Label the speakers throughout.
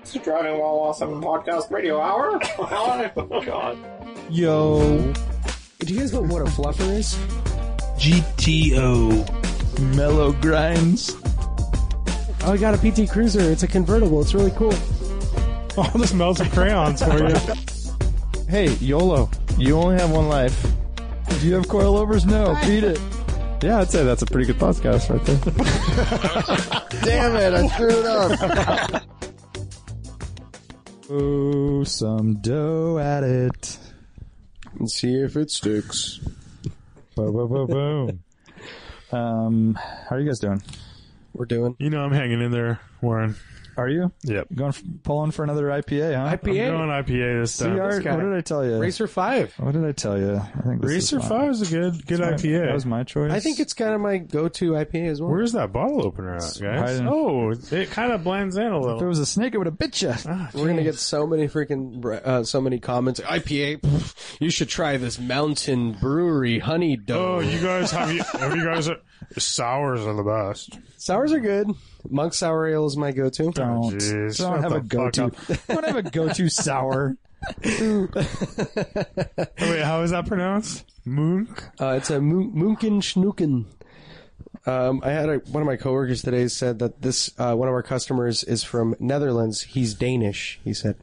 Speaker 1: It's driving while awesome podcast radio hour. oh God!
Speaker 2: Yo,
Speaker 3: Do you guys know what a fluffer is?
Speaker 2: GTO, mellow grinds.
Speaker 3: Oh, I got a PT Cruiser. It's a convertible. It's really cool.
Speaker 4: All the smells of crayons for you.
Speaker 2: Hey, YOLO, you only have one life. Do you have coilovers? No, beat it. Yeah, I'd say that's a pretty good podcast right there.
Speaker 5: Damn it, I screwed up.
Speaker 2: Ooh, some dough at it.
Speaker 5: Let's see if it sticks.
Speaker 2: Boom, boom, boom, boom. Um, how are you guys doing?
Speaker 5: We're doing.
Speaker 4: You know I'm hanging in there, Warren.
Speaker 2: Are you
Speaker 4: Yep.
Speaker 2: going f- pulling for another IPA? Huh?
Speaker 4: I'm going IPA this time.
Speaker 2: CR what did I tell you?
Speaker 3: Racer 5.
Speaker 2: What did I tell you? I think this is
Speaker 4: Racer
Speaker 2: mine.
Speaker 4: Five is a good good
Speaker 2: That's my-
Speaker 4: IPA.
Speaker 2: That was my choice.
Speaker 3: I think it's kind of my go-to IPA as well.
Speaker 4: Where's that bottle opener at, guys?
Speaker 2: hiding.
Speaker 4: Oh, it kind of blends in a
Speaker 2: If there
Speaker 4: little.
Speaker 2: was a snake, it would have bit you.
Speaker 3: We're gonna get so many freaking bre- uh, so many comments. IPA, pff, you should try this Mountain Brewery Honey Dough.
Speaker 4: Oh, you guys have you have you guys uh, sours are the best.
Speaker 3: Sours are good. Monk sour ale is my go-to.
Speaker 2: Don't.
Speaker 4: jeez.
Speaker 2: don't
Speaker 4: Shut
Speaker 2: have
Speaker 4: the
Speaker 2: a go-to. Don't have a go-to sour.
Speaker 4: Oh, wait, how is that pronounced? Moonk.
Speaker 3: Uh, it's a Mu- Munkin Schnucken. Um, I had a, one of my coworkers today said that this uh, one of our customers is from Netherlands. He's Danish. He said.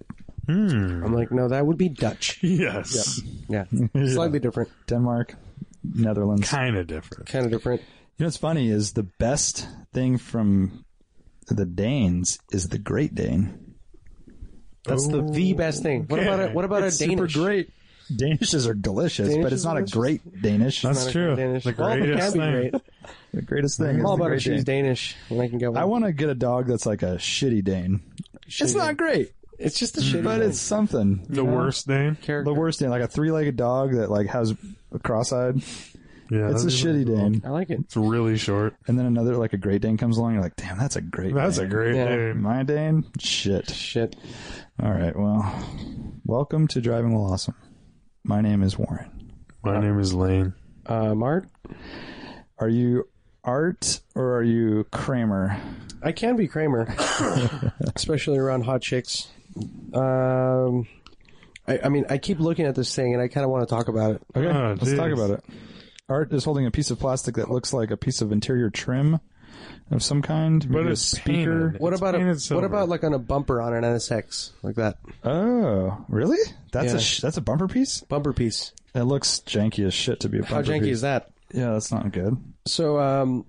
Speaker 2: Hmm.
Speaker 3: I'm like, no, that would be Dutch.
Speaker 4: Yes.
Speaker 3: Yeah, slightly different,
Speaker 2: Denmark, Netherlands.
Speaker 4: Kind of different.
Speaker 3: kind of different.
Speaker 2: You know what's funny is the best thing from the Danes is the Great Dane.
Speaker 3: That's the the best thing. What about a, what about
Speaker 2: Oh, It's
Speaker 3: a Danish?
Speaker 2: Super great. Danishes are delicious, but
Speaker 3: Danishes
Speaker 2: it's
Speaker 3: are
Speaker 2: not
Speaker 3: delicious.
Speaker 2: a great Danish.
Speaker 4: That's
Speaker 3: Not a
Speaker 4: true.
Speaker 3: Danish.
Speaker 4: The
Speaker 3: Well, it can
Speaker 4: greatest
Speaker 3: be
Speaker 4: thing.
Speaker 3: great.
Speaker 2: the greatest thing.
Speaker 3: I'm all
Speaker 2: is the
Speaker 3: about a
Speaker 2: great
Speaker 3: cheese
Speaker 2: Dane.
Speaker 3: Danish when I can get one.
Speaker 2: I want to get a dog that's like a shitty Dane. it's not great,
Speaker 3: It's just a shitty.
Speaker 2: but
Speaker 3: thing.
Speaker 2: it's something.
Speaker 4: The worst thing.
Speaker 3: character.
Speaker 2: The worst Dane, like a three-legged dog that like has a cross-eyed.
Speaker 4: Yeah,
Speaker 2: It's a
Speaker 4: that's-
Speaker 2: shitty Dane,
Speaker 3: I like it.
Speaker 4: It's really short.
Speaker 2: and then another like a Great Dane comes along. You're like, damn, that's a great.
Speaker 4: That's a
Speaker 2: Dane.
Speaker 4: great
Speaker 3: Yeah.
Speaker 4: name.
Speaker 2: My Dane, shit.
Speaker 3: Shit.
Speaker 2: All right, well, welcome to Driving While Awesome. My name is Warren.
Speaker 4: My name is Lane.
Speaker 3: Uh, Mart,
Speaker 2: Are you Art or are you Kramer?
Speaker 3: I can be Kramer, especially around hot chicks. Um, I, I mean, I keep looking at this thing and I kind of want to talk about it.
Speaker 2: Okay,
Speaker 4: Oh,
Speaker 2: let's
Speaker 4: geez.
Speaker 2: talk about it. Art is holding a piece of plastic that looks like a piece of interior trim of some kind, maybe
Speaker 4: But
Speaker 2: a
Speaker 4: it's
Speaker 2: speaker.
Speaker 4: painted.
Speaker 3: What
Speaker 4: It's
Speaker 3: about
Speaker 4: painted
Speaker 3: a, what
Speaker 4: silver.
Speaker 3: about like on a bumper on an NSX like that
Speaker 2: Oh, really? That's
Speaker 3: Yeah.
Speaker 2: a sh- that's a bumper piece.
Speaker 3: bumper piece?
Speaker 2: It looks janky as shit to be a bumper
Speaker 3: How janky
Speaker 2: piece.
Speaker 3: is that?
Speaker 2: Yeah, that's not good.
Speaker 3: So um,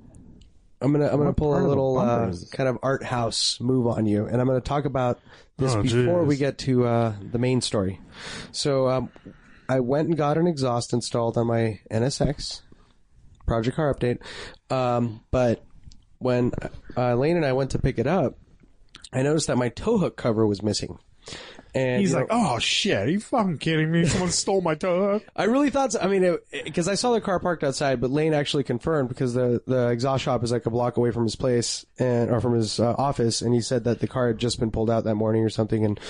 Speaker 3: I'm gonna I'm gonna
Speaker 2: What
Speaker 3: pull
Speaker 2: part
Speaker 3: a
Speaker 2: of the
Speaker 3: little
Speaker 2: bumper
Speaker 3: uh,
Speaker 2: is this?
Speaker 3: kind of art house move on you, and I'm gonna talk about this
Speaker 4: Oh,
Speaker 3: before
Speaker 4: geez.
Speaker 3: we get to uh, the main story. So um, I went and got an exhaust installed on my NSX project car update, um, but when uh, Lane and I went to pick it up, I noticed that my tow hook cover was missing. And
Speaker 4: He's
Speaker 3: you know,
Speaker 4: like, oh shit, are you fucking kidding me? Someone stole my dog.
Speaker 3: I really thought. So. I mean, because I saw the car parked outside, but Lane actually confirmed because the the exhaust shop is like a block away from his place and or from his uh, office, and he said that the car had just been pulled out that morning or something. And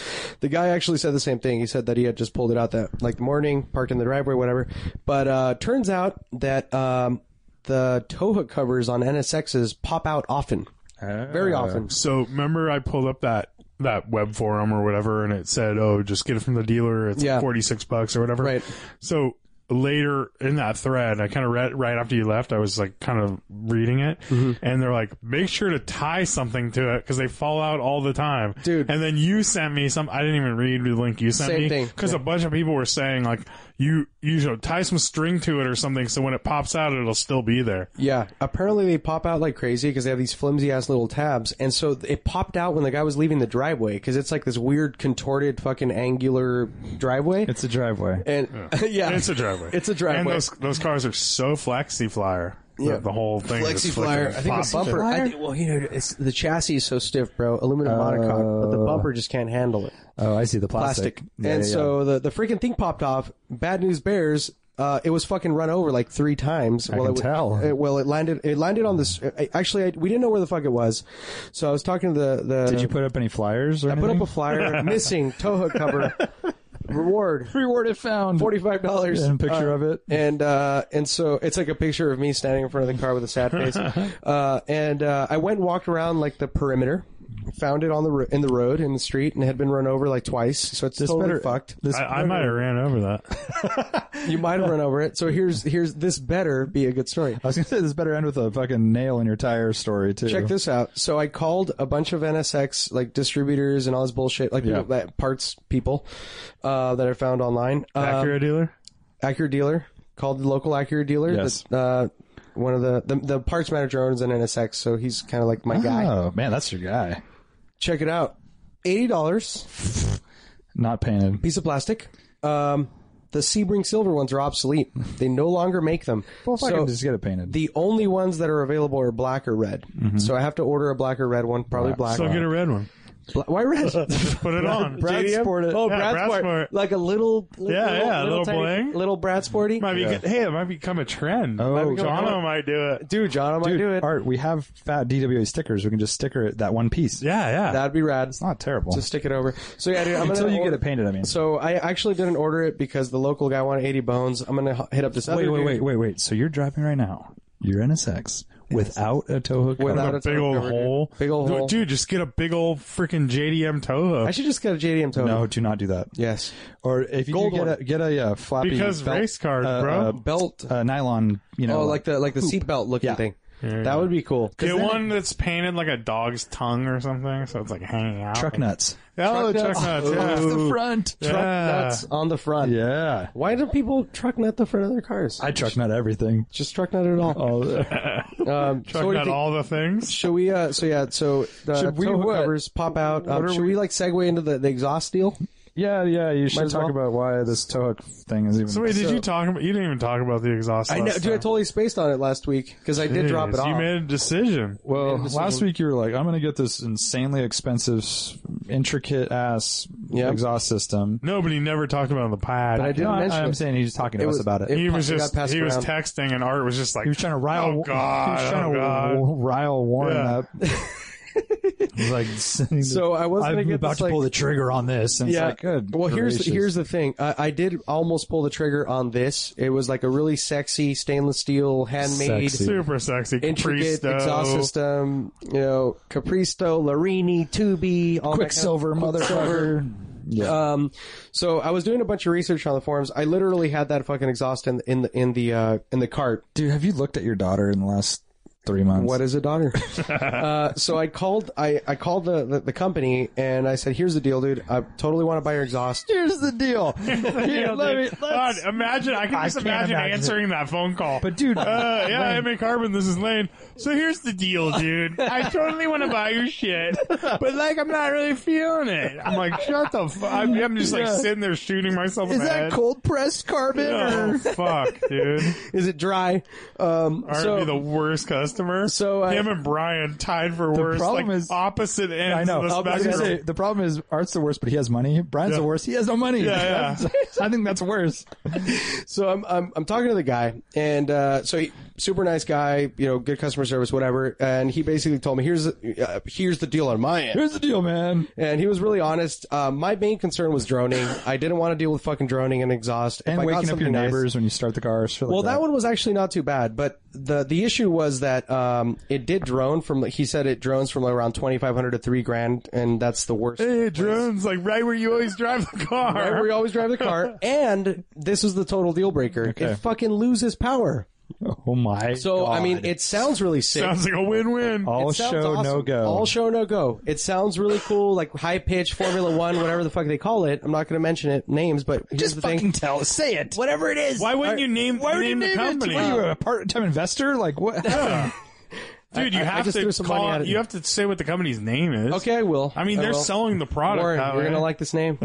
Speaker 3: the guy actually said the same thing. He said that he had just pulled it out that like the morning, parked in the driveway, whatever. But uh, turns out that um, the tow hook covers on NSXs pop out often, very often.
Speaker 4: So remember, I pulled up that that web forum or whatever, and it said, "Oh, just get it from the dealer. It's
Speaker 3: Yeah.
Speaker 4: forty six bucks or whatever."
Speaker 3: Right.
Speaker 4: So later in that thread, I kind of read right after you left. I was like, kind of reading it,
Speaker 3: Mm-hmm.
Speaker 4: and they're like, "Make sure to tie something to it because they fall out all the time,
Speaker 3: Dude.
Speaker 4: And then you sent me some. I didn't even read the link you sent
Speaker 3: Same
Speaker 4: me
Speaker 3: thing.
Speaker 4: because a bunch of people were saying like, "You you should tie some string to it or something, so when it pops out, it'll still be there."
Speaker 3: Yeah, apparently they pop out like crazy because they have these flimsy ass little tabs, and so it popped out when the guy was leaving the driveway because it's like this weird contorted fucking angular driveway,
Speaker 2: It's a driveway.
Speaker 3: and yeah,
Speaker 4: It's a driveway.
Speaker 3: It's a driveway.
Speaker 4: And those those cars are so flexi flyer.
Speaker 3: Yeah.
Speaker 4: Yeah. The whole thing. is
Speaker 3: Flexi
Speaker 4: flicking
Speaker 3: flyer.
Speaker 4: and
Speaker 3: I think the
Speaker 4: popping.
Speaker 3: bumper. I think, well, you know, it's the chassis is so stiff, bro. Aluminum monocoque, but the bumper just can't handle it.
Speaker 2: Oh, I see the plastic.
Speaker 3: Plastic.
Speaker 2: Yeah,
Speaker 3: and
Speaker 2: yeah,
Speaker 3: so the the freaking thing popped off. Bad news bears. Uh, it was fucking run over like three times. I
Speaker 2: can
Speaker 3: it,
Speaker 2: tell.
Speaker 3: It, well, it landed. It landed on this. I- Actually, I, we didn't know where the fuck it was. So I was talking to the the.
Speaker 2: yeah. did you put up any flyers or
Speaker 3: I put up a flyer, missing tow hook cover, reward
Speaker 2: reward it found
Speaker 3: forty five dollars, Uh,
Speaker 2: and a picture of it.
Speaker 3: and uh, and so it's like a picture of me standing in front of the car with a sad face, uh, and uh, I went and walked around like the perimeter. found it on the ro- in the road in the street and had been run over like twice. So it's totally
Speaker 2: better-
Speaker 3: fucked. This
Speaker 4: I, I might have ran over that.
Speaker 3: you might have run over it. So here's here's this better be a good story.
Speaker 2: I was gonna say this better end with a fucking nail in your tire story too.
Speaker 3: Check this out. So I called a bunch of NSX like distributors and all this bullshit, like people, that parts people uh, that I found online. Uh,
Speaker 4: Acura dealer.
Speaker 3: Acura dealer called the local Acura dealer.
Speaker 2: Yes.
Speaker 3: that, uh, one of the, the the parts manager owns an NSX, so he's kind of like my guy.
Speaker 2: Oh man, that's your guy.
Speaker 3: Check it out. Eighty dollars
Speaker 2: Not painted.
Speaker 3: piece of plastic. Um, the Sebring silver ones are obsolete. They no longer make them.
Speaker 2: Well, if I
Speaker 3: So-
Speaker 2: can just get it painted.
Speaker 3: the only ones that are available are black or red.
Speaker 2: Mm-hmm.
Speaker 3: So I have to order a black or red one, probably black.
Speaker 4: So get a red one.
Speaker 3: Bla- Why red?
Speaker 4: Put it on.
Speaker 3: Brad
Speaker 4: JDM?
Speaker 3: sport it. Oh,
Speaker 4: Yeah,
Speaker 3: Brad
Speaker 4: Brad
Speaker 3: sport.
Speaker 4: sport.
Speaker 3: Like a little, little
Speaker 4: Yeah, yeah, a little
Speaker 3: tiny-
Speaker 4: bling.
Speaker 3: little Brad sporty.
Speaker 4: Might be good. Hey, it might become a trend.
Speaker 2: Oh,
Speaker 4: Oh,
Speaker 2: become-
Speaker 4: Jono might do it.
Speaker 3: Dude, John, I might
Speaker 2: Dude,
Speaker 3: do it.
Speaker 2: Art, we have fat DWA stickers. We can just sticker it that one piece.
Speaker 4: Yeah, yeah.
Speaker 3: That'd be rad.
Speaker 2: It's not terrible.
Speaker 3: Just stick it over. So yeah, dude, I'm
Speaker 2: Until
Speaker 3: gonna
Speaker 2: you
Speaker 3: order-
Speaker 2: get it painted, I mean.
Speaker 3: So I actually didn't order it because the local guy wanted 80 bones. I'm gonna h- hit up this
Speaker 2: wait,
Speaker 3: other
Speaker 2: wait,
Speaker 3: dude
Speaker 2: wait, wait, wait. So you're driving right now. You're NSX without a tow hook.
Speaker 3: without
Speaker 2: cover.
Speaker 3: a
Speaker 4: big
Speaker 3: toe
Speaker 4: old
Speaker 3: cover, dude.
Speaker 4: hole.
Speaker 3: Big old
Speaker 4: Dude,
Speaker 3: hole.
Speaker 4: Dude, just get a big old freaking JDM Toho.
Speaker 3: I should just get a JDM toe.
Speaker 2: No, do not do that.
Speaker 3: Yes.
Speaker 2: Or if you
Speaker 3: Gold
Speaker 2: do get
Speaker 3: one.
Speaker 2: a get a uh, floppy
Speaker 4: Because
Speaker 2: belt,
Speaker 4: race card,
Speaker 2: uh,
Speaker 4: bro.
Speaker 2: uh,
Speaker 3: Belt.
Speaker 2: uh, nylon, you know,
Speaker 3: oh, like the like the seatbelt looking
Speaker 2: Yeah.
Speaker 3: thing. That would be cool.
Speaker 4: Get one that's painted like a dog's tongue or something, so it's like hanging out.
Speaker 2: uh, truck nuts.
Speaker 4: Oh, truck nuts. yeah.
Speaker 2: front.
Speaker 4: Yeah.
Speaker 3: Truck
Speaker 4: uh,
Speaker 3: nuts on the front.
Speaker 2: Yeah,
Speaker 3: Why do people truck nut the front of their cars?
Speaker 2: I truck nut everything.
Speaker 3: just truck nut it all.
Speaker 2: Oh,
Speaker 3: Um,
Speaker 4: Truck
Speaker 3: so what do you
Speaker 4: nut
Speaker 3: think-
Speaker 4: all the things.
Speaker 3: Should we? Uh, so yeah. So the
Speaker 2: Should we
Speaker 3: toe hook
Speaker 2: what?
Speaker 3: covers pop out. Um, should we, like segue into the, the exhaust deal?
Speaker 2: yeah, yeah. You should
Speaker 3: as
Speaker 2: talk
Speaker 3: well.
Speaker 2: about why this tow hook thing is even.
Speaker 4: So wait, did you talk about? You didn't even talk about the exhaust.
Speaker 3: I know, dude. I totally spaced on it last week because I did drop it
Speaker 4: You
Speaker 3: off.
Speaker 4: made a decision.
Speaker 2: Well,
Speaker 3: this
Speaker 2: last
Speaker 3: isn't-
Speaker 2: week you were like, "I'm going to get this insanely expensive, s- intricate ass
Speaker 3: Yep.
Speaker 2: exhaust system."
Speaker 4: Nobody never talked about it on the pod.
Speaker 3: I didn't
Speaker 2: No, I,
Speaker 3: mention
Speaker 2: I'm
Speaker 3: it.
Speaker 2: saying he's talking to
Speaker 3: It
Speaker 2: us
Speaker 3: was-
Speaker 2: about it.
Speaker 3: it-
Speaker 4: He was
Speaker 3: It got
Speaker 4: just
Speaker 3: passed
Speaker 4: he was
Speaker 3: around.
Speaker 4: texting, and Art was just like
Speaker 2: he was trying to rile.
Speaker 4: Oh God!
Speaker 2: he was trying
Speaker 4: oh,
Speaker 2: to
Speaker 4: God.
Speaker 2: rile Warren
Speaker 4: Yeah.
Speaker 2: up. He's like,
Speaker 3: So I was
Speaker 2: I'm
Speaker 3: gonna get
Speaker 2: about
Speaker 3: this,
Speaker 2: to
Speaker 3: like-
Speaker 2: pull the trigger on this, and
Speaker 3: yeah.
Speaker 2: it's like, good.
Speaker 3: well, here's
Speaker 2: gracious.
Speaker 3: here's the thing. I, I did almost pull the trigger on this. It was like a really sexy stainless steel, handmade,
Speaker 2: Sexy.
Speaker 4: super sexy, Capri
Speaker 3: intricate
Speaker 4: Snow.
Speaker 3: exhaust system. You know, Capristo, Larini, Tubi, all that kind of-
Speaker 2: Quicksilver, motherfucker. Yeah.
Speaker 3: Um, so I was doing a bunch of research on the forums. I literally had that fucking exhaust in in the in the uh, in the cart.
Speaker 2: Dude, have you looked at your daughter in the last three months?
Speaker 3: What is a daughter? uh, so I called I I called the, the the company and I said, "Here's the deal, dude. I totally want to buy your exhaust."
Speaker 2: Here's the deal. Here, let me-
Speaker 4: God,
Speaker 2: let's-
Speaker 4: imagine I can
Speaker 2: I
Speaker 4: just
Speaker 2: can't
Speaker 4: imagine,
Speaker 2: imagine it.
Speaker 4: answering that phone call.
Speaker 2: But dude,
Speaker 4: Uh, yeah, I'm Carbon. This is Lane. So here's the deal, dude. I totally want to buy your shit, but like, I'm not really feeling it. I'm like, shut the fuck. I'm, I'm just like sitting there shooting myself.
Speaker 2: is
Speaker 4: in the
Speaker 2: that
Speaker 4: head.
Speaker 2: cold pressed carbon?
Speaker 4: Oh fuck, dude!
Speaker 3: Is it dry? Um,
Speaker 4: Aren't
Speaker 3: so
Speaker 4: we the worst customer?
Speaker 3: so, uh,
Speaker 4: him and Brian tied for worst.
Speaker 2: problem
Speaker 4: like,
Speaker 2: is-
Speaker 4: opposite ends.
Speaker 2: I know.
Speaker 4: Of the
Speaker 2: I was
Speaker 4: spectrum.
Speaker 2: gonna say, the problem is Art's the worst, but he has money. Brian's the worst. He has no money.
Speaker 4: Yeah, yeah.
Speaker 2: I think that's worse.
Speaker 3: so I'm, I'm I'm talking to the guy, and uh, so he, super nice guy, you know, good customer service, whatever. And he basically told me, "Here's uh, here's the deal on my end."
Speaker 2: Here's the deal, man.
Speaker 3: and he was really honest. Uh, my main concern was droning. I didn't want to deal with fucking droning and exhaust. If
Speaker 2: And
Speaker 3: I got
Speaker 2: waking up your
Speaker 3: something nice-
Speaker 2: neighbors when you start the car. shit like
Speaker 3: well, that one was actually not too bad, but the the issue was that um, it did drone from. He said it drones from around twenty five hundred to three grand, and that's the worst.
Speaker 4: Hey, drones, like right where you always drive the car.
Speaker 3: Where we always drive the car, and this was the total deal breaker. It fucking loses power.
Speaker 2: Oh my.
Speaker 3: So I mean,
Speaker 2: God.
Speaker 3: it sounds really sick.
Speaker 4: Sounds like a win-win.
Speaker 2: all
Speaker 3: It sounds
Speaker 2: show
Speaker 3: awesome.
Speaker 2: no go.
Speaker 3: All show no go. It sounds really cool, like high pitch Formula One, whatever the fuck they call it. I'm not going to mention it names, but here's the thing.
Speaker 2: tell. Say it. Whatever it is.
Speaker 4: Why wouldn't you name,
Speaker 2: Why would you
Speaker 4: name the
Speaker 2: name
Speaker 4: company?
Speaker 2: it? What are you a part-time investor? Like what?
Speaker 4: Dude, you
Speaker 3: I- I
Speaker 4: have
Speaker 3: just threw
Speaker 4: to
Speaker 3: some money
Speaker 4: call.
Speaker 3: at it.
Speaker 4: You have to say what the company's name is.
Speaker 3: Okay, I will.
Speaker 4: I mean,
Speaker 3: I
Speaker 4: they're
Speaker 3: will.
Speaker 4: selling the product.
Speaker 3: Warren,
Speaker 4: that
Speaker 3: you're
Speaker 4: way.
Speaker 3: gonna like this name.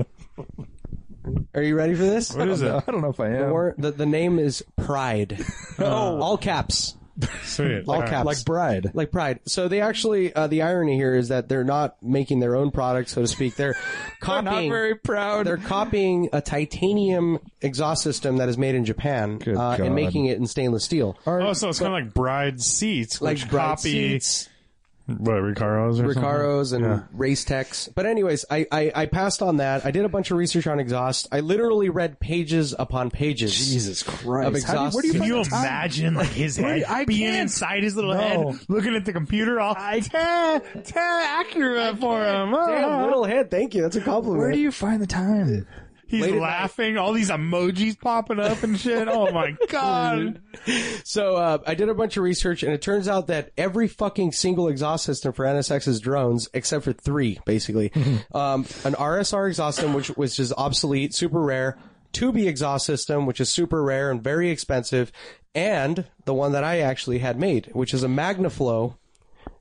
Speaker 3: Are you ready for this?
Speaker 4: What is it?
Speaker 2: I don't know if I am.
Speaker 3: Warren, the, the name is Pride. oh, all caps,
Speaker 4: Sweet.
Speaker 3: all
Speaker 4: Alright.
Speaker 3: caps,
Speaker 2: Like bride.
Speaker 3: like Pride. So they actually, uh, the irony here is that they're not making their own product, so to speak. They're copying.
Speaker 2: proud.
Speaker 3: they're copying a titanium exhaust system that is made in Japan
Speaker 2: Good
Speaker 3: uh,
Speaker 2: God.
Speaker 3: and making it in stainless steel.
Speaker 4: Oh, so it's kind of like bride seats,
Speaker 3: Like
Speaker 4: which
Speaker 3: bride
Speaker 4: copy
Speaker 3: seats.
Speaker 4: What, Ricaro's or
Speaker 3: Ricaros and race techs. But anyways, I, I, I passed on that. I did a bunch of research on exhaust. I literally read pages upon pages
Speaker 1: Jesus Christ.
Speaker 3: of
Speaker 1: How do you-
Speaker 3: exhaust.
Speaker 1: where do
Speaker 4: Can you imagine like his head being inside his little head, looking at the computer all ta ta Acura for him? Oh.
Speaker 3: Damn, little head, thank you. That's a compliment.
Speaker 2: Where do you find the time?
Speaker 4: He's
Speaker 3: Late at
Speaker 4: laughing, all these emojis popping up and shit. Oh my god!
Speaker 3: So uh, I did a bunch of research, and it turns out that every fucking single exhaust system for NSX's drones, except for three, basically, um, an RSR exhaust system, which which is obsolete, super rare, 2B exhaust system, which is super rare and very expensive, and the one that I actually had made, which is a Magnaflow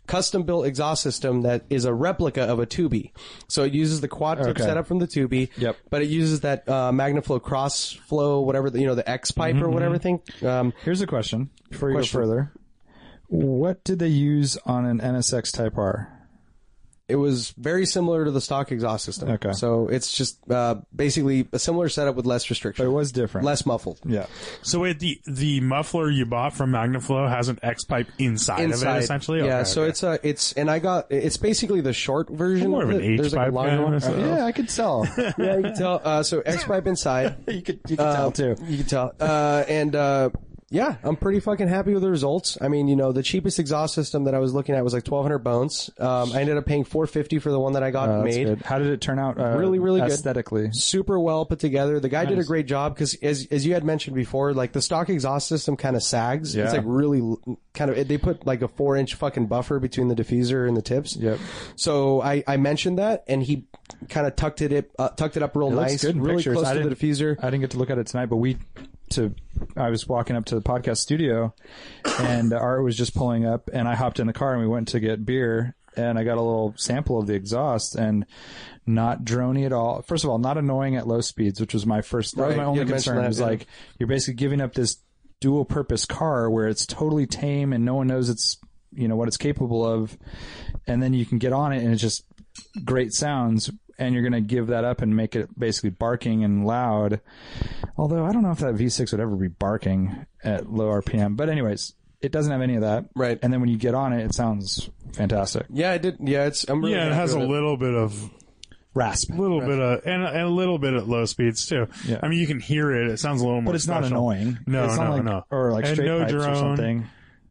Speaker 3: custom built exhaust system that is a replica of a 2B. So it uses the quad tip setup from the 2B,
Speaker 6: Yep.
Speaker 3: but it uses that uh, Magnaflow cross flow, whatever, the, you know, the X pipe or whatever thing. Um,
Speaker 2: Here's a question before you
Speaker 3: Question.
Speaker 2: go further. What did they use on an NSX Type R?
Speaker 3: it was very similar to the stock exhaust system.
Speaker 2: Okay.
Speaker 3: So it's just uh, basically a similar setup with less
Speaker 2: It
Speaker 3: restriction,
Speaker 2: was different.
Speaker 3: less muffled.
Speaker 2: Yeah.
Speaker 4: So wait, the the muffler you bought from Magnaflow has an X pipe inside, of
Speaker 3: Inside,
Speaker 4: it, essentially.
Speaker 3: yeah.
Speaker 4: Okay,
Speaker 3: so
Speaker 4: okay.
Speaker 3: it's a it's and I got it's basically the short version.
Speaker 4: more of an
Speaker 3: it.
Speaker 4: H
Speaker 3: There's like
Speaker 4: pipe.
Speaker 3: a longer
Speaker 4: kind
Speaker 3: one.
Speaker 4: of stuff.
Speaker 2: Yeah, I could tell.
Speaker 3: Yeah, you can tell. Uh, so X pipe inside. Uh,
Speaker 2: you could you could tell too.
Speaker 3: You can tell. Uh, and uh, yeah, I'm pretty fucking happy with the results. I mean, you know, the cheapest exhaust system that I was looking at was like 1,200 bones. Um, I ended up paying 450 for the one that I got
Speaker 2: Oh, that's
Speaker 3: made.
Speaker 2: good. How did it turn out? Uh,
Speaker 3: Really, really good.
Speaker 2: aesthetically.
Speaker 3: super well put together. The guy did a great job because, as as you had mentioned before, like the stock exhaust system kind of sags. It's
Speaker 2: Yeah.
Speaker 3: like really l- kind of they put like a four inch fucking buffer between the diffuser and the tips.
Speaker 2: Yep.
Speaker 3: So I, I mentioned that, and he kind of tucked it up, uh, tucked it up real
Speaker 2: It looks
Speaker 3: nice,
Speaker 2: good in
Speaker 3: really
Speaker 2: pictures.
Speaker 3: close
Speaker 2: I
Speaker 3: to the
Speaker 2: didn't-
Speaker 3: diffuser.
Speaker 2: I didn't get to look at it tonight, but we to I was walking up to the podcast studio, and Art was just pulling up, and I hopped in the car and we went to get beer, and I got a little sample of the exhaust and not drony at all. First of all, not annoying at low speeds, which was my first. That was
Speaker 3: Right,
Speaker 2: my
Speaker 3: you
Speaker 2: only
Speaker 3: had mentioned
Speaker 2: concern.
Speaker 3: that,
Speaker 2: was
Speaker 3: yeah.
Speaker 2: like you're basically giving up this dual purpose car where it's totally tame and no one knows it's you know what it's capable of, and then you can get on it and it's just great sounds and you're going to give that up and make it basically barking and loud. Although I don't know if that V6 would ever be barking at low RPM. But anyways, it doesn't have any of that.
Speaker 3: Right.
Speaker 2: And then when you get on it, it sounds fantastic.
Speaker 3: Yeah, I did. Yeah, it's I'm really
Speaker 4: yeah, it
Speaker 3: happy
Speaker 4: has a
Speaker 3: with
Speaker 4: little bit of
Speaker 2: Rasp.
Speaker 4: little bit of and, and a little bit at low speeds too.
Speaker 2: Yeah.
Speaker 4: I mean, you can hear it. It sounds a little more.
Speaker 2: But it's not
Speaker 4: special.
Speaker 2: annoying.
Speaker 4: No,
Speaker 2: it's
Speaker 4: no,
Speaker 2: not like,
Speaker 4: no.
Speaker 2: Or like
Speaker 4: And
Speaker 2: straight
Speaker 4: no
Speaker 2: pipes or
Speaker 4: drone.
Speaker 2: something.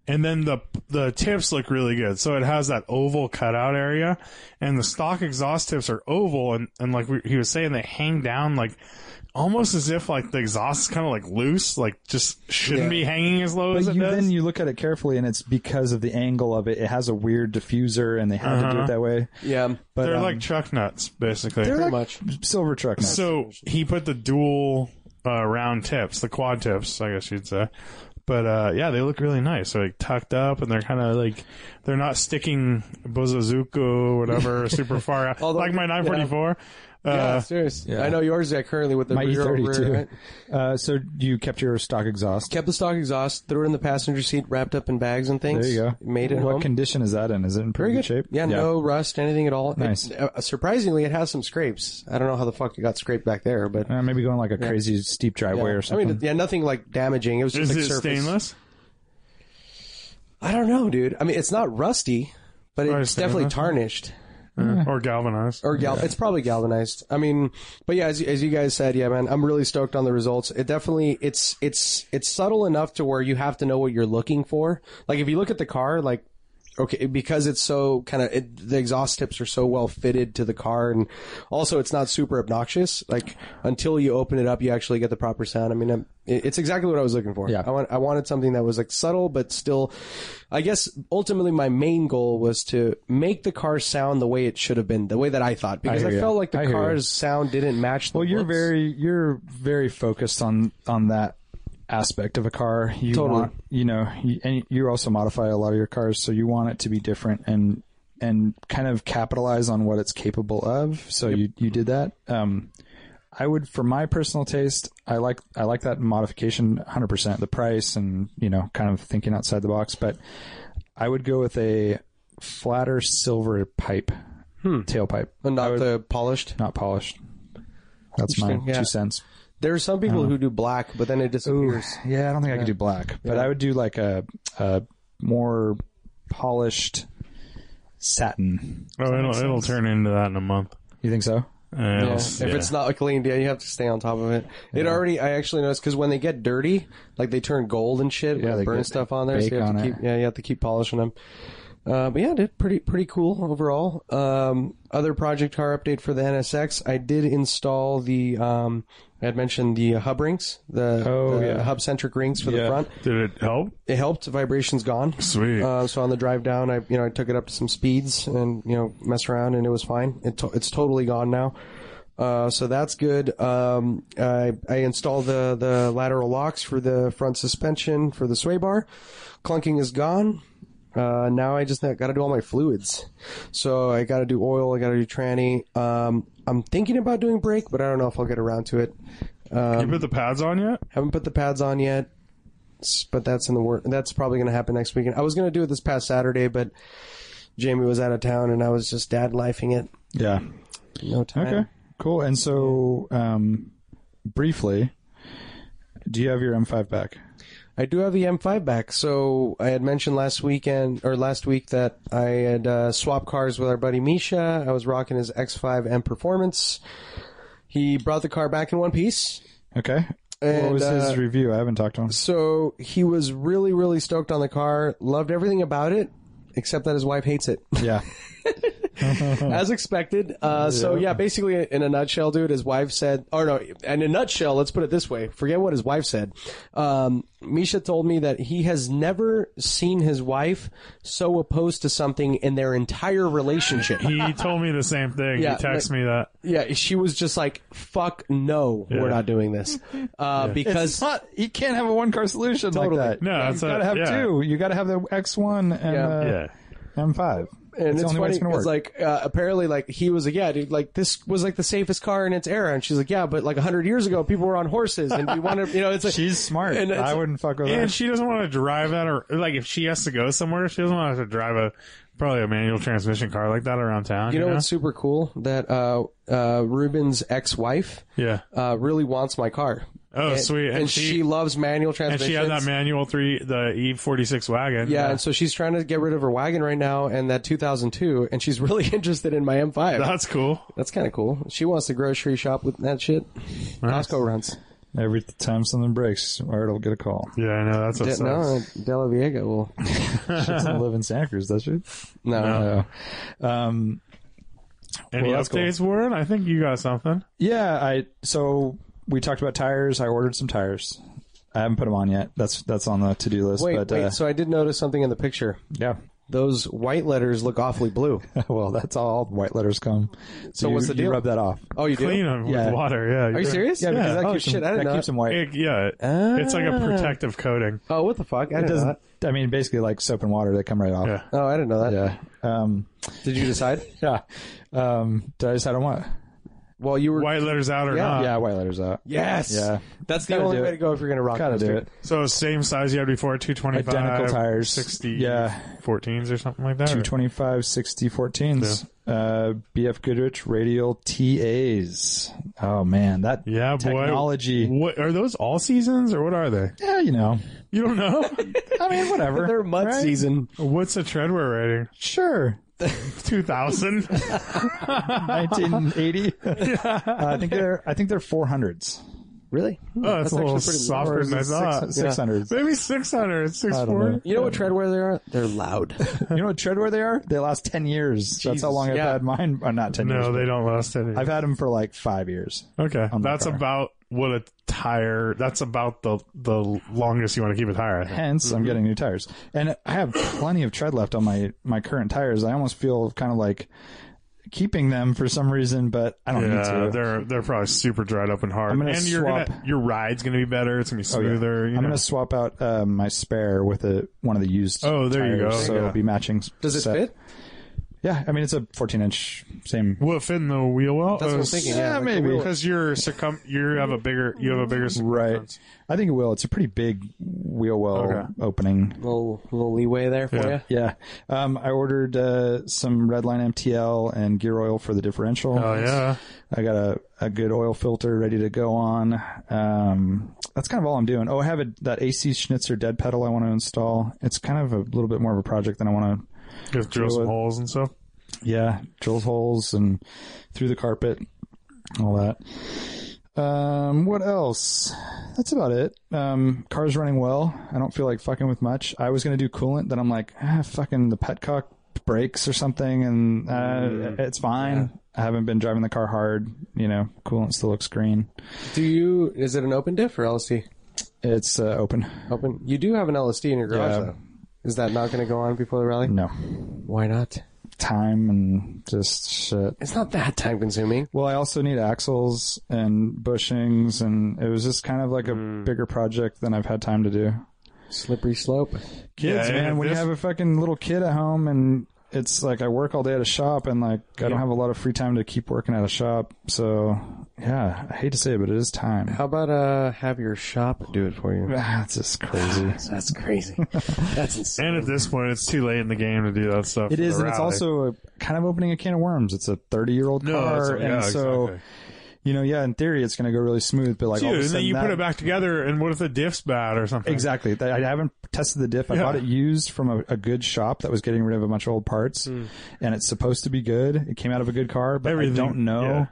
Speaker 4: And then the the tips look really good. So it has that oval cutout area, and the stock exhaust tips are oval, and and like we, he was saying, they hang down like almost as if like the exhaust is kind of like loose, like just shouldn't be hanging as low as
Speaker 2: But
Speaker 4: it
Speaker 2: you,
Speaker 4: does.
Speaker 2: then you look at it carefully, and it's because of the angle of it. It has a weird diffuser, and they had to do it that way.
Speaker 3: it. Yeah,
Speaker 2: But
Speaker 4: Uh-huh. they're
Speaker 2: um,
Speaker 4: like truck nuts, basically.
Speaker 2: they're like
Speaker 3: much.
Speaker 2: silver truck. nuts.
Speaker 4: So he put the dual uh, round tips, the quad tips, I guess you'd say. But uh, yeah, they look really nice. They're like tucked up, and they're kind of like they're not sticking Bozozuku or whatever super far out,
Speaker 3: Although-
Speaker 4: like my 944.
Speaker 3: yeah,
Speaker 4: Uh,
Speaker 3: serious.
Speaker 2: yeah.
Speaker 3: I know yours. Yeah, currently with the
Speaker 2: my
Speaker 3: rear
Speaker 2: E32.
Speaker 3: rear, right?
Speaker 2: Uh, so you kept your stock exhaust.
Speaker 3: Kept the stock exhaust, threw it in the passenger seat, wrapped up in bags and things.
Speaker 2: There you go.
Speaker 3: Made it
Speaker 2: What
Speaker 3: home.
Speaker 2: condition is that in? Is it in pretty
Speaker 3: Very
Speaker 2: good shape?
Speaker 3: Yeah, no rust, anything at all. It-
Speaker 2: Nice.
Speaker 3: uh, surprisingly, it has some scrapes. I don't know how the fuck it got scraped back there, but
Speaker 2: Uh, maybe going like a crazy steep driveway or
Speaker 3: I
Speaker 2: something.
Speaker 3: mean, yeah, nothing like damaging. It was just
Speaker 4: is
Speaker 3: like
Speaker 4: it
Speaker 3: surface.
Speaker 4: stainless?
Speaker 3: I don't know, dude. I mean, it's not rusty, but
Speaker 4: Or
Speaker 3: it's definitely
Speaker 4: stainless.
Speaker 3: tarnished
Speaker 4: Uh, or galvanized?
Speaker 3: Mm-hmm. or gal. It's probably galvanized. I mean, but yeah, as, as you guys said, yeah, man, I'm really stoked on the results. It definitely it's it's it's subtle enough to where you have to know what you're looking for. Like if you look at the car, like. Okay, because it's so kind of it, the exhaust tips are so well fitted to the car, and also it's not super obnoxious. Like until you open it up, you actually get the proper sound. I mean, I'm, it- it's exactly what I was looking for.
Speaker 2: Yeah.
Speaker 3: I want I wanted something that was like subtle but still. I guess ultimately my main goal was to make the car sound the way it should have been, the way that I thought, because
Speaker 2: hear
Speaker 3: I,
Speaker 2: ya.
Speaker 3: felt like
Speaker 2: I
Speaker 3: the
Speaker 2: hear ya.
Speaker 3: car's sound didn't match. The
Speaker 2: well, you're
Speaker 3: looks.
Speaker 2: very you're very focused on on that aspect of a car. You
Speaker 3: Totally.
Speaker 2: want you know, you, and you also modify a lot of your cars, so you want it to be different and and kind of capitalize on what it's capable of. So you you did that. Um, I would, for my personal taste, I like I like that modification 100. percent The price and you know, kind of thinking outside the box, but I would go with a flatter silver pipe tailpipe,
Speaker 3: But not the polished.
Speaker 2: not polished. That's my
Speaker 3: Interesting, yeah.
Speaker 2: two cents.
Speaker 3: There are some
Speaker 2: Uh-huh.
Speaker 3: people who do black, but then it disappears.
Speaker 2: Yeah, I don't think I could do black, but I would do like a, a more polished satin. Does
Speaker 4: Oh,
Speaker 2: that
Speaker 4: it'll
Speaker 2: make
Speaker 4: it'll
Speaker 2: sense?
Speaker 4: turn into that in a month.
Speaker 2: You think so?
Speaker 4: Uh, it'll-
Speaker 3: Yeah. If
Speaker 4: yeah.
Speaker 3: it's not like cleaned, yeah, you have to stay on top of it. It already, I actually noticed because when they get dirty, like they turn gold and shit.
Speaker 2: Yeah,
Speaker 3: Yeah,
Speaker 2: they
Speaker 3: burn
Speaker 2: get
Speaker 3: stuff on there. So
Speaker 2: baked
Speaker 3: you have
Speaker 2: on
Speaker 3: to
Speaker 2: it.
Speaker 3: keep, yeah, you have to keep polishing them. Uh, but yeah, dude, pretty pretty cool overall. Um, other project car update for the NSX. I did install the um, I had mentioned the hub rings, the,
Speaker 2: Oh,
Speaker 3: the
Speaker 2: yeah.
Speaker 3: hub centric rings for the
Speaker 2: Yeah.
Speaker 3: front.
Speaker 4: Did it help?
Speaker 3: It helped. Vibrations gone.
Speaker 4: Sweet.
Speaker 3: Uh, so on the drive down, I you know I took it up to some speeds and you know messed around and it was fine. It to- it's totally gone now. Uh, so that's good. Um, I, I installed the, the lateral locks for the front suspension for the sway bar. Clunking is gone. Uh, now I just got to do all my fluids. So I got to do oil. I got to do tranny. Um, I'm thinking about doing brake, but I don't know if I'll get around to it. Um,
Speaker 4: you put the pads on yet?
Speaker 3: Haven't put the pads on yet, s- but that's in the work. That's probably going to happen next weekend. I was going to do it this past Saturday, but Jamie was out of town, and I was just dad lifing it.
Speaker 2: Yeah.
Speaker 3: No time.
Speaker 2: Okay. Cool. And so, um, briefly, do you have your M5 back?
Speaker 3: I do have the M5 back. So I had mentioned last weekend or last week that I had uh, swapped cars with our buddy Misha. I was rocking his X5 M Performance. He brought the car back in one piece.
Speaker 2: Okay.
Speaker 3: And,
Speaker 2: what was
Speaker 3: uh,
Speaker 2: his review? I haven't talked to him.
Speaker 3: So he was really, really stoked on the car. Loved everything about it, except that his wife hates it.
Speaker 2: Yeah.
Speaker 3: as expected. Uh, So yeah, basically, in a nutshell, dude, his wife said, or no, in a nutshell, let's put it this way: forget what his wife said. Um, Misha told me that he has never seen his wife so opposed to something in their entire relationship.
Speaker 4: He told me the same thing.
Speaker 3: Yeah,
Speaker 4: he texted
Speaker 3: like-
Speaker 4: me that.
Speaker 3: yeah, she was just like, "Fuck no, we're not doing this," uh, because
Speaker 2: not, you can't have a one car solution
Speaker 3: Totally.
Speaker 2: like that.
Speaker 4: No, that's
Speaker 2: you
Speaker 4: a-
Speaker 2: gotta have
Speaker 4: yeah.
Speaker 2: two. You gotta have the X1 and
Speaker 3: Yeah.
Speaker 2: uh,
Speaker 4: Yeah.
Speaker 2: M5.
Speaker 3: and
Speaker 2: it's
Speaker 3: it's,
Speaker 2: the only way
Speaker 3: funny.
Speaker 2: it's gonna work.
Speaker 3: It's like uh, apparently, like he was like, yeah, dude, like this was like the safest car in its era, and she's like, yeah, but like hundred years ago, people were on horses, and we wanted, you know, it's like
Speaker 2: She's smart.
Speaker 3: And it's-
Speaker 2: I wouldn't fuck with her.
Speaker 4: And she doesn't want to drive that, or like if she has to go somewhere, she doesn't want to have to drive a probably a manual transmission car like that around town.
Speaker 3: You know what's super cool? That uh, uh, Ruben's ex-wife
Speaker 4: yeah.
Speaker 3: uh, really wants my car.
Speaker 4: Oh, sweet.
Speaker 3: And, she, loves manual
Speaker 4: and
Speaker 3: transmissions.
Speaker 4: she had that manual three, the E forty six wagon.
Speaker 3: Yeah, and so she's trying to get rid of her wagon right now and that 2002, and she's really interested in my M5.
Speaker 4: that's cool.
Speaker 3: That's kind of cool. She wants to grocery shop with that shit. Costco runs.
Speaker 2: Every time something breaks, Art will get a call.
Speaker 4: Yeah, I know that's
Speaker 3: Yeah,
Speaker 4: what's
Speaker 3: no, Della Viega will.
Speaker 2: She doesn't live in Santa Cruz, does she?
Speaker 3: No.
Speaker 2: No. Um,
Speaker 4: Any
Speaker 2: well, that's cool.
Speaker 4: updates, Warren? I think you got something.
Speaker 2: Yeah, I so we talked about tires. I ordered some tires. I haven't put them on yet. That's that's on the to do list.
Speaker 3: Wait,
Speaker 2: but
Speaker 3: wait.
Speaker 2: uh,
Speaker 3: so I did notice something in the picture.
Speaker 2: yeah.
Speaker 3: Those white letters look awfully blue.
Speaker 2: well, that's all white letters come. So
Speaker 3: what's
Speaker 2: you-
Speaker 3: the
Speaker 2: You
Speaker 3: deal?
Speaker 2: rub that off.
Speaker 3: Oh, you do?
Speaker 4: Clean them
Speaker 2: Yeah.
Speaker 4: with water. Yeah.
Speaker 3: Are you serious?
Speaker 2: Yeah, because that
Speaker 3: oh,
Speaker 2: keeps
Speaker 3: shit,
Speaker 2: them,
Speaker 3: I didn't
Speaker 2: that
Speaker 3: know
Speaker 2: keeps
Speaker 3: that.
Speaker 2: them white.
Speaker 4: It, yeah. it-
Speaker 3: Ah.
Speaker 4: It's like a protective coating.
Speaker 3: Oh, what the fuck? I
Speaker 2: it
Speaker 3: didn't know
Speaker 2: doesn't.
Speaker 3: that.
Speaker 2: I mean, basically, like soap and water, they come right off.
Speaker 4: Yeah.
Speaker 3: Oh, I didn't know that.
Speaker 2: Yeah. Um,
Speaker 3: Did you decide?
Speaker 2: yeah. Um, did I decide on what?
Speaker 3: Well, you were.
Speaker 4: White letters out or
Speaker 3: Uh, Yeah.
Speaker 4: not?
Speaker 2: yeah, white letters out.
Speaker 3: Yes.
Speaker 2: Yeah.
Speaker 3: That's the
Speaker 2: Gotta
Speaker 3: only
Speaker 2: do
Speaker 3: way
Speaker 2: it.
Speaker 3: to go if you're going to rock
Speaker 2: Gotta
Speaker 3: this,
Speaker 2: do
Speaker 3: dude.
Speaker 2: it.
Speaker 4: So same size you had before, two twenty five,
Speaker 2: Identical tires.
Speaker 4: 60,
Speaker 2: Yeah.
Speaker 4: 14s or something like that. or-
Speaker 2: 225 60 14s. Uh, BF Goodrich radial TAs. Oh, man. That
Speaker 4: Yeah,
Speaker 2: technology.
Speaker 4: boy. What are those all seasons or what are they?
Speaker 2: Yeah, you know.
Speaker 4: You don't know.
Speaker 2: I mean, whatever.
Speaker 3: They're mud
Speaker 2: right?
Speaker 3: season.
Speaker 4: What's a treadwear rating?
Speaker 2: Sure.
Speaker 4: Two thousand. Oh,
Speaker 2: 1980. uh, I think they're I think they're 400s.
Speaker 3: Really?
Speaker 4: Oh, that's, a little softer than I thought.
Speaker 2: Six- 600s.
Speaker 4: Maybe 600,
Speaker 2: I don't
Speaker 4: 640.
Speaker 2: know.
Speaker 3: You know what treadwear they are? They're loud.
Speaker 2: You know what treadwear they are? They last 10 years. That's how
Speaker 3: Jesus,
Speaker 2: long I've
Speaker 3: yeah.
Speaker 2: had mine. Or not 10 years.
Speaker 4: No, they
Speaker 2: but
Speaker 4: Oh, don't last any.
Speaker 2: I've had them for like five years.
Speaker 4: okay,
Speaker 2: on the
Speaker 4: that's
Speaker 2: car.
Speaker 4: about what a tire. That's about the the longest you want to keep a tire. I think.
Speaker 2: Hence, I'm getting new tires, and I have plenty of tread left on my my current tires. I almost feel kind of like keeping them for some reason, but I don't
Speaker 4: Yeah,
Speaker 2: need to.
Speaker 4: they're they're probably super dried up and hard.
Speaker 2: I'm gonna
Speaker 4: and you're
Speaker 2: swap-
Speaker 4: gonna your ride's gonna be better. It's gonna be
Speaker 2: Oh, yeah.
Speaker 4: smoother. you
Speaker 2: I'm
Speaker 4: know.
Speaker 2: gonna swap out uh, my spare with a one of the used.
Speaker 4: Oh, there you
Speaker 2: tires,
Speaker 4: go.
Speaker 2: So
Speaker 4: Yeah.
Speaker 2: it'll be matching.
Speaker 3: Does it
Speaker 2: set.
Speaker 3: fit?
Speaker 2: Yeah, I mean it's a 14 inch same.
Speaker 4: Will it fit in the wheel well? Uh,
Speaker 3: That's what I'm thinking. Yeah,
Speaker 2: yeah,
Speaker 3: like
Speaker 2: maybe.
Speaker 4: because your circum you have a bigger you have a bigger
Speaker 2: Right.
Speaker 4: circumference.
Speaker 2: I think it will. It's a pretty big wheel well
Speaker 4: Okay.
Speaker 2: opening.
Speaker 3: little, little leeway there for
Speaker 4: Yeah.
Speaker 3: you.
Speaker 2: Yeah. Um, I ordered uh, some Redline MTL and gear oil for the differential.
Speaker 4: Oh yeah,
Speaker 2: I got a, a good oil filter ready to go on. Um, that's kind of all I'm doing. Oh, I have a, that AC Schnitzer dead pedal I want to install. It's kind of a little bit more of a project than I want to
Speaker 4: Just drill some holes and stuff.
Speaker 2: Yeah, drilled holes and through the carpet, all that. Um, what else? That's about it. Um, car's running well. I don't feel like fucking with much. I was gonna do coolant, then I'm like, ah, fucking the petcock breaks or something, and uh, it's fine. I haven't been driving the car hard. You know, coolant still looks green.
Speaker 3: Do you? Is it an open diff or LSD?
Speaker 2: It's uh, open.
Speaker 3: Open. You do have an LSD in your garage
Speaker 2: Yeah.
Speaker 3: though. Is that not going to go on before the rally?
Speaker 2: No
Speaker 3: Why not?
Speaker 2: time and just shit.
Speaker 3: It's not that time consuming.
Speaker 2: Well, I also need axles and bushings, and it was just kind of like a
Speaker 4: Mm.
Speaker 2: bigger project than I've had time to do.
Speaker 3: Slippery slope.
Speaker 2: Kids,
Speaker 4: Yeah,
Speaker 2: man,
Speaker 4: and
Speaker 2: when you
Speaker 4: this-
Speaker 2: have a fucking little kid at home, and it's like I work all day at a shop, and like I don't have a lot of free time to keep working at a shop. So, yeah, I hate to say it, but it is time.
Speaker 3: How about uh have your shop do it for you?
Speaker 2: That's just crazy.
Speaker 3: That's crazy. That's insane.
Speaker 4: And at this point, it's too late in the game to do that stuff.
Speaker 2: It
Speaker 4: for
Speaker 2: is,
Speaker 4: the
Speaker 2: and it's
Speaker 4: rally.
Speaker 2: also a, kind of opening a can of worms. It's a thirty-year-old
Speaker 4: no, that's-
Speaker 2: car,
Speaker 4: yeah,
Speaker 2: and so
Speaker 4: exactly.
Speaker 2: you know, yeah, in theory, it's going to go really smooth, but like all of
Speaker 4: Dude,
Speaker 2: a
Speaker 4: and
Speaker 2: sudden
Speaker 4: then you
Speaker 2: that-
Speaker 4: put it back together, and what if the diff's bad or something?
Speaker 2: Exactly. I I haven't tested the diff. I
Speaker 4: Yeah.
Speaker 2: bought it used from a, a good shop that was getting rid of a bunch of old parts, and it's supposed to be good. It came out of a good car, but
Speaker 4: Hmm. Everything-
Speaker 2: I don't know.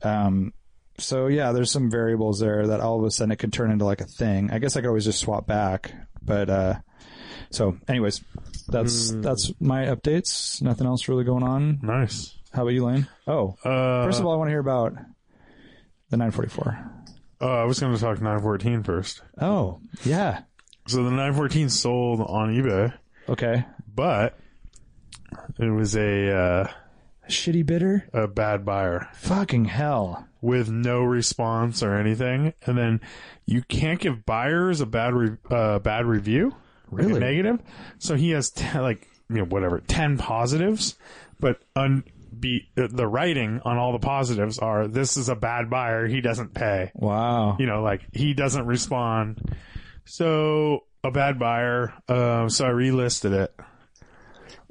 Speaker 2: Um, so yeah, there's some variables there that all of a sudden it could turn into like a thing. I guess I could always just swap back, but uh, so anyways, that's
Speaker 4: Hmm.
Speaker 2: that's my updates. Nothing else really going on.
Speaker 4: Nice.
Speaker 2: How about you, Lane? Oh,
Speaker 4: Uh,
Speaker 2: first of all, I want to hear about the 944.
Speaker 4: uh, I was going to talk 914 first.
Speaker 2: Oh yeah,
Speaker 4: So the 914 sold on eBay,
Speaker 2: okay.
Speaker 4: but it was a uh,
Speaker 2: Shitty bitter.
Speaker 4: a bad buyer.
Speaker 2: Fucking hell.
Speaker 4: with no response or anything, and then you can't give buyers a bad re- uh, bad review, like a
Speaker 2: Really?
Speaker 4: negative. So he has ten, like you know whatever ten positives, but un- be, uh, the writing on all the positives are this is a bad buyer. He doesn't pay.
Speaker 2: Wow.
Speaker 4: You know, like he doesn't respond. So a bad buyer. Um, so I relisted it,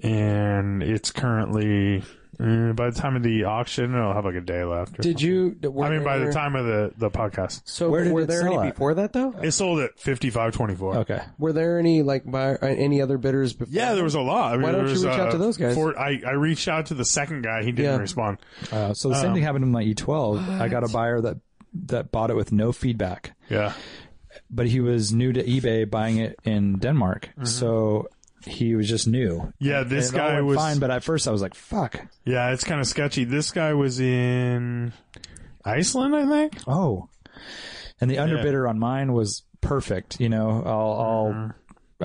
Speaker 4: and it's currently. uh, by the time of the auction, it'll have like a day left. or
Speaker 3: Did you? Were
Speaker 4: I mean, by the
Speaker 3: there-
Speaker 4: time of the, the podcast,
Speaker 3: So
Speaker 2: Where did
Speaker 3: were
Speaker 2: it
Speaker 3: there
Speaker 2: sell
Speaker 3: any
Speaker 2: at?
Speaker 3: before that though?
Speaker 4: it sold at fifty five twenty four.
Speaker 2: Okay.
Speaker 3: Were there any like by any other bidders before?
Speaker 4: Yeah, there was a lot. I mean,
Speaker 3: Why don't
Speaker 4: there
Speaker 3: you
Speaker 4: was,
Speaker 3: reach
Speaker 4: uh,
Speaker 3: out to those guys?
Speaker 4: four- I, I reached out to the second guy. He didn't
Speaker 3: Yeah.
Speaker 4: respond.
Speaker 2: Uh, so the
Speaker 4: Um,
Speaker 2: same thing happened in my E12. I got a buyer that that bought it with no feedback,
Speaker 4: Yeah,
Speaker 2: but he was new to eBay buying it in Denmark. So he was just new.
Speaker 4: yeah. Mm-hmm. This
Speaker 2: It all
Speaker 4: guy
Speaker 2: went
Speaker 4: was.
Speaker 2: fine, but at first I was like, "Fuck."
Speaker 4: yeah, it's kind of sketchy. This guy was in Iceland, I think.
Speaker 2: Oh. And the underbidder on mine was perfect, you know, all
Speaker 4: Mm-hmm.
Speaker 2: all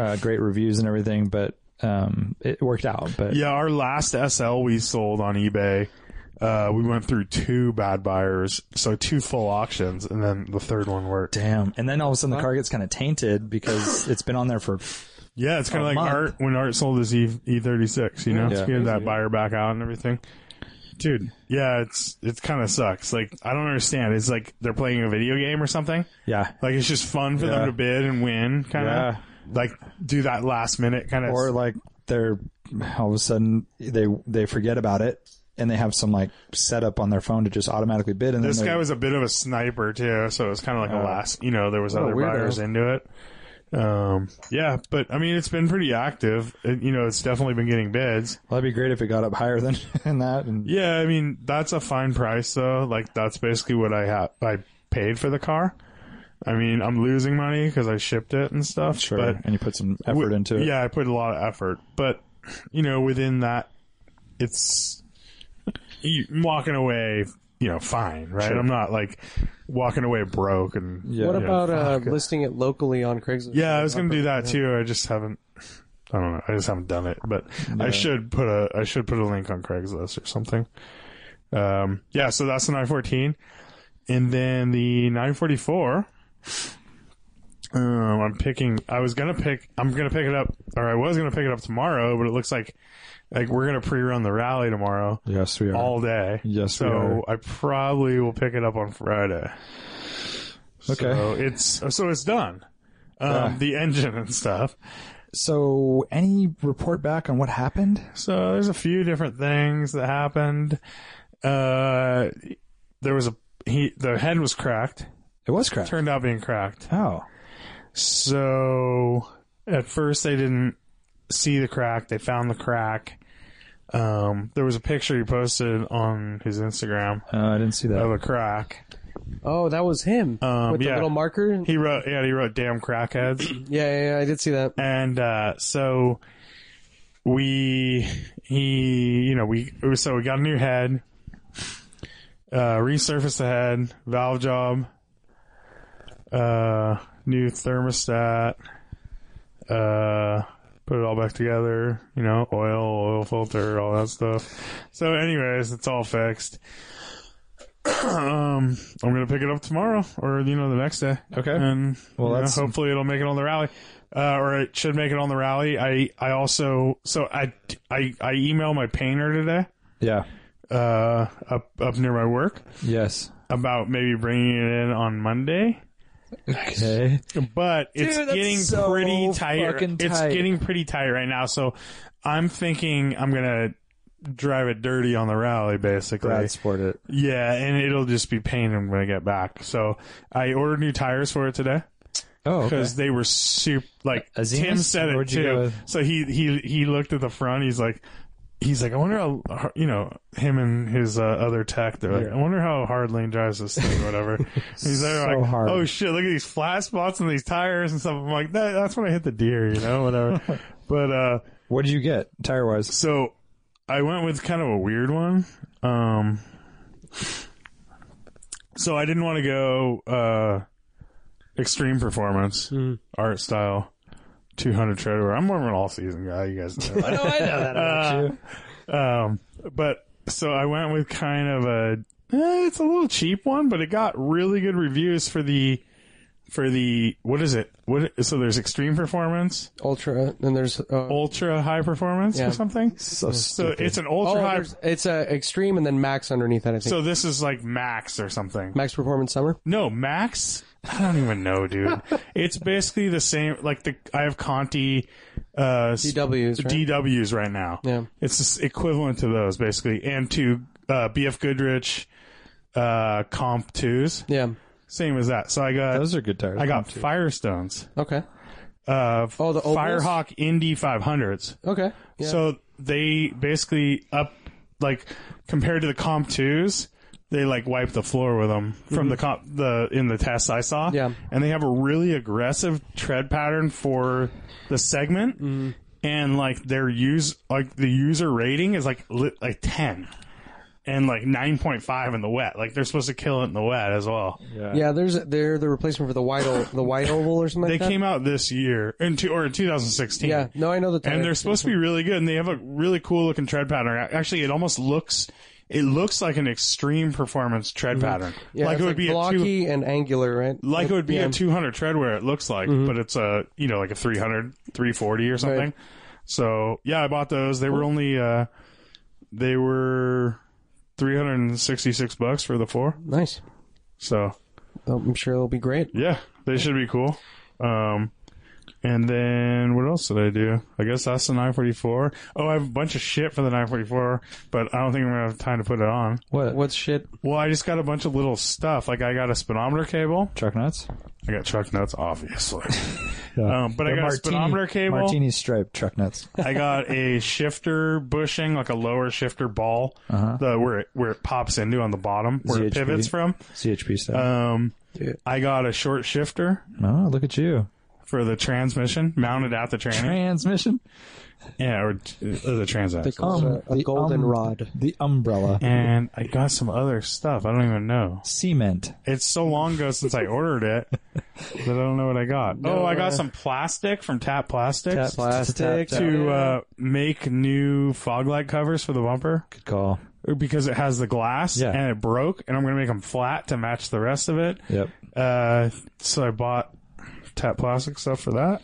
Speaker 2: uh, great reviews and everything, but um it worked out, but
Speaker 4: Yeah, our last SL we sold on eBay. Uh, we went through two bad buyers, so two full auctions, and then the third one worked.
Speaker 2: damn. And then all of a sudden the car gets kind of tainted because it's been on there for
Speaker 4: Yeah, it's kind of like
Speaker 2: month.
Speaker 4: Art when Art sold his E E thirty six. You know,
Speaker 2: Oh, Yeah.
Speaker 4: he had that buyer back out and everything. Dude, yeah, it's it's kind of sucks. Like I don't understand. It's like they're playing a video game or something.
Speaker 2: yeah,
Speaker 4: Like it's just fun for them
Speaker 2: Yeah.
Speaker 4: to bid and win, kind of.
Speaker 2: Yeah.
Speaker 4: Like do that last minute kind of.
Speaker 2: or like they're all of a sudden they they forget about it and they have some like setup on their phone to just automatically bid and
Speaker 4: this
Speaker 2: then they-
Speaker 4: guy was a bit of a sniper too, so it was kind of like a last. You know, there was other
Speaker 3: weirdo.
Speaker 4: buyers into it. Um, yeah, but I mean, it's been pretty active. It, you know, it's definitely been getting bids.
Speaker 2: well, that'd be great if it got up higher than, than that and
Speaker 4: Yeah, I mean that's a fine price though. Like that's basically what I have. I paid for the car. I mean, I'm losing money because I shipped it and stuff.
Speaker 2: sure
Speaker 4: but
Speaker 2: and you put some effort
Speaker 4: w-
Speaker 2: into it
Speaker 4: Yeah, I put a lot of effort, but you know, within that, it's you, I'm walking away. You know, fine, right? I'm not like walking away broke and
Speaker 2: yeah
Speaker 3: What
Speaker 2: yeah.
Speaker 3: about uh, listing it locally on Craigslist?
Speaker 4: yeah, I was gonna do that too. I just haven't. I don't know. I just haven't done it, but I should put a I should put a link on Craigslist or something. Um, yeah, so that's the 914, and then the 944. Um, I'm picking. I was gonna pick. I'm gonna pick it up, or I was gonna pick it up tomorrow, but it looks like like we're gonna pre-run the rally tomorrow
Speaker 2: yes we are
Speaker 4: all day.
Speaker 2: Yes, we
Speaker 4: So I probably will pick it up on Friday.
Speaker 2: Okay.
Speaker 4: So it's so it's done. Um,
Speaker 2: Yeah.
Speaker 4: The engine and stuff.
Speaker 2: so any report back on what happened
Speaker 4: So there's a few different things that happened. Uh, there was a he the head was cracked.
Speaker 2: it was crap
Speaker 4: Turned out being cracked.
Speaker 2: oh
Speaker 4: So at first they didn't see the crack. They found the crack. Um, there was a picture he posted on his Instagram
Speaker 2: Uh, I didn't see that.
Speaker 4: of a crack.
Speaker 3: Oh, that was him
Speaker 4: Um,
Speaker 3: with the
Speaker 4: yeah.
Speaker 3: little marker.
Speaker 4: He wrote, yeah, he wrote, "Damn crackheads."
Speaker 3: yeah, yeah, yeah, I did see that.
Speaker 4: and uh, so we he you know we so we got a new head uh resurfaced the head valve job uh new thermostat uh put it all back together you know oil oil filter all that stuff so anyways it's all fixed um i'm gonna pick it up tomorrow or you know the next day
Speaker 2: Okay.
Speaker 4: and
Speaker 2: Well,
Speaker 4: well,
Speaker 2: that's-
Speaker 4: hopefully it'll make it on the rally, uh, or it should make it on the rally. I I also so I I I emailed my painter today,
Speaker 2: yeah.
Speaker 4: uh, up up near my work
Speaker 2: Yes.
Speaker 4: about maybe bringing it in on Monday,
Speaker 2: Okay.
Speaker 4: but it's
Speaker 2: Dude, that's
Speaker 4: getting
Speaker 2: so
Speaker 4: pretty tight.
Speaker 2: fucking
Speaker 4: It's
Speaker 2: tight.
Speaker 4: getting pretty tight right now. So I'm thinking I'm gonna drive it dirty on the rally basically.
Speaker 2: Brad sport it.
Speaker 4: yeah, and it'll just be painted when I get back. So I ordered new tires for it today.
Speaker 2: Oh, okay.
Speaker 4: because they were super like
Speaker 2: A Zenas?
Speaker 4: Tim said it
Speaker 2: Where'd you go
Speaker 4: too.
Speaker 2: with-
Speaker 4: So he he he looked at the front. He's like, he's like, I wonder how you know him and his uh, other tech. They're like, I wonder how hard Lane drives this thing, or whatever. he's there
Speaker 2: So
Speaker 4: like,
Speaker 2: hard.
Speaker 4: oh shit, look at these flat spots and these tires and stuff. I'm like, that, that's when I hit the deer, you know, whatever. but uh,
Speaker 2: What did you get tire wise?
Speaker 4: so I went with kind of a weird one. Um, so I didn't want to go uh, extreme performance,
Speaker 3: Hmm.
Speaker 4: art style, 200 treadwear. I'm more of an all season guy. You guys know. that. Uh, um, but so I went with kind of a eh, it's a little cheap one, but it got really good reviews for the for the what is it? What so there's extreme performance,
Speaker 3: Ultra, and there's uh,
Speaker 4: ultra high performance,
Speaker 3: Yeah.
Speaker 4: or something.
Speaker 2: So
Speaker 4: So it's an ultra
Speaker 3: oh,
Speaker 4: high.
Speaker 3: there's, it's uh, extreme and then max underneath that. I think
Speaker 4: So this is like Max or something.
Speaker 3: max performance summer.
Speaker 4: No, Max. I don't even know, dude. it's basically the same. Like the I have Conti uh, s-
Speaker 3: DWs, right?
Speaker 4: DWs right now.
Speaker 3: Yeah.
Speaker 4: it's just equivalent to those basically, and to uh, BF Goodrich uh, Comp twos.
Speaker 3: yeah.
Speaker 4: Same as that. So I got
Speaker 2: those are good tires.
Speaker 4: I got Firestones.
Speaker 3: Okay.
Speaker 4: Uh,
Speaker 3: Oh, the ovals?
Speaker 4: Firehawk Indy five hundreds.
Speaker 3: Okay. Yeah.
Speaker 4: So they basically up like compared to the comp twos, they like wipe the floor with them from the comp the in the tests I saw.
Speaker 3: Mm-hmm. Yeah.
Speaker 4: and they have a really aggressive tread pattern for the segment,
Speaker 3: Mm-hmm.
Speaker 4: and like their use like the user rating is like li- like ten. And like nine point five in the wet, like they're supposed to kill it in the wet as well.
Speaker 3: yeah, there's they're the replacement for the white o- the white oval or something.
Speaker 4: They
Speaker 3: like that.
Speaker 4: came out this year in two, or in 2016.
Speaker 3: Yeah. No, I know the.
Speaker 4: and
Speaker 3: tire.
Speaker 4: they're supposed to be really good and they have a really cool looking tread pattern actually it almost looks it looks like an extreme performance tread pattern
Speaker 3: Mm-hmm. yeah,
Speaker 4: like
Speaker 3: it's
Speaker 4: it would be a two,
Speaker 3: blocky and angular, right?
Speaker 4: like it would be
Speaker 3: yeah.
Speaker 4: a 200 tread where it looks like but it's a you know like a 300 340 or something
Speaker 3: Mm-hmm. Right.
Speaker 4: so yeah i bought those they were only uh they were 366 bucks for the four
Speaker 3: Nice.
Speaker 4: so
Speaker 3: Oh, I'm sure it'll be great.
Speaker 4: yeah they should be cool um and then what else did I do? I guess that's the 944. Oh, I have a bunch of shit for the 944, but I don't think I'm gonna have time to put it on.
Speaker 2: what?
Speaker 3: What's shit?
Speaker 4: Well, I just got a bunch of little stuff. Like I got a speedometer cable.
Speaker 2: truck nuts?
Speaker 4: I got truck nuts, obviously.
Speaker 2: Yeah.
Speaker 4: Um, but I
Speaker 2: They're
Speaker 4: got a speedometer cable.
Speaker 2: Martini striped truck nuts.
Speaker 4: I got a shifter bushing, like a lower shifter ball, the where it where it pops into on the bottom, where it
Speaker 2: ZHP.
Speaker 4: pivots from.
Speaker 2: CHP stuff.
Speaker 4: Um, I got a short shifter
Speaker 2: oh, look at you.
Speaker 4: for the transmission mounted at the tranny.
Speaker 2: Transmission.
Speaker 4: Yeah, or uh, the transact.
Speaker 3: They call it a, a
Speaker 2: the
Speaker 3: golden
Speaker 2: um-
Speaker 3: rod.
Speaker 2: The umbrella.
Speaker 4: and I got some other stuff. I don't even know.
Speaker 2: Cement.
Speaker 4: It's so long ago since I ordered it that I don't know what I got. oh, I got some plastic from Tap Plastics
Speaker 3: That plastic
Speaker 2: tap,
Speaker 4: to uh, make new fog light covers for the bumper uh,
Speaker 2: Good call.
Speaker 4: because it has the glass
Speaker 2: Yeah.
Speaker 4: and it broke, and I'm going to make them flat to match the rest of it.
Speaker 2: Yep.
Speaker 4: Uh, so I bought Tap Plastic stuff for that.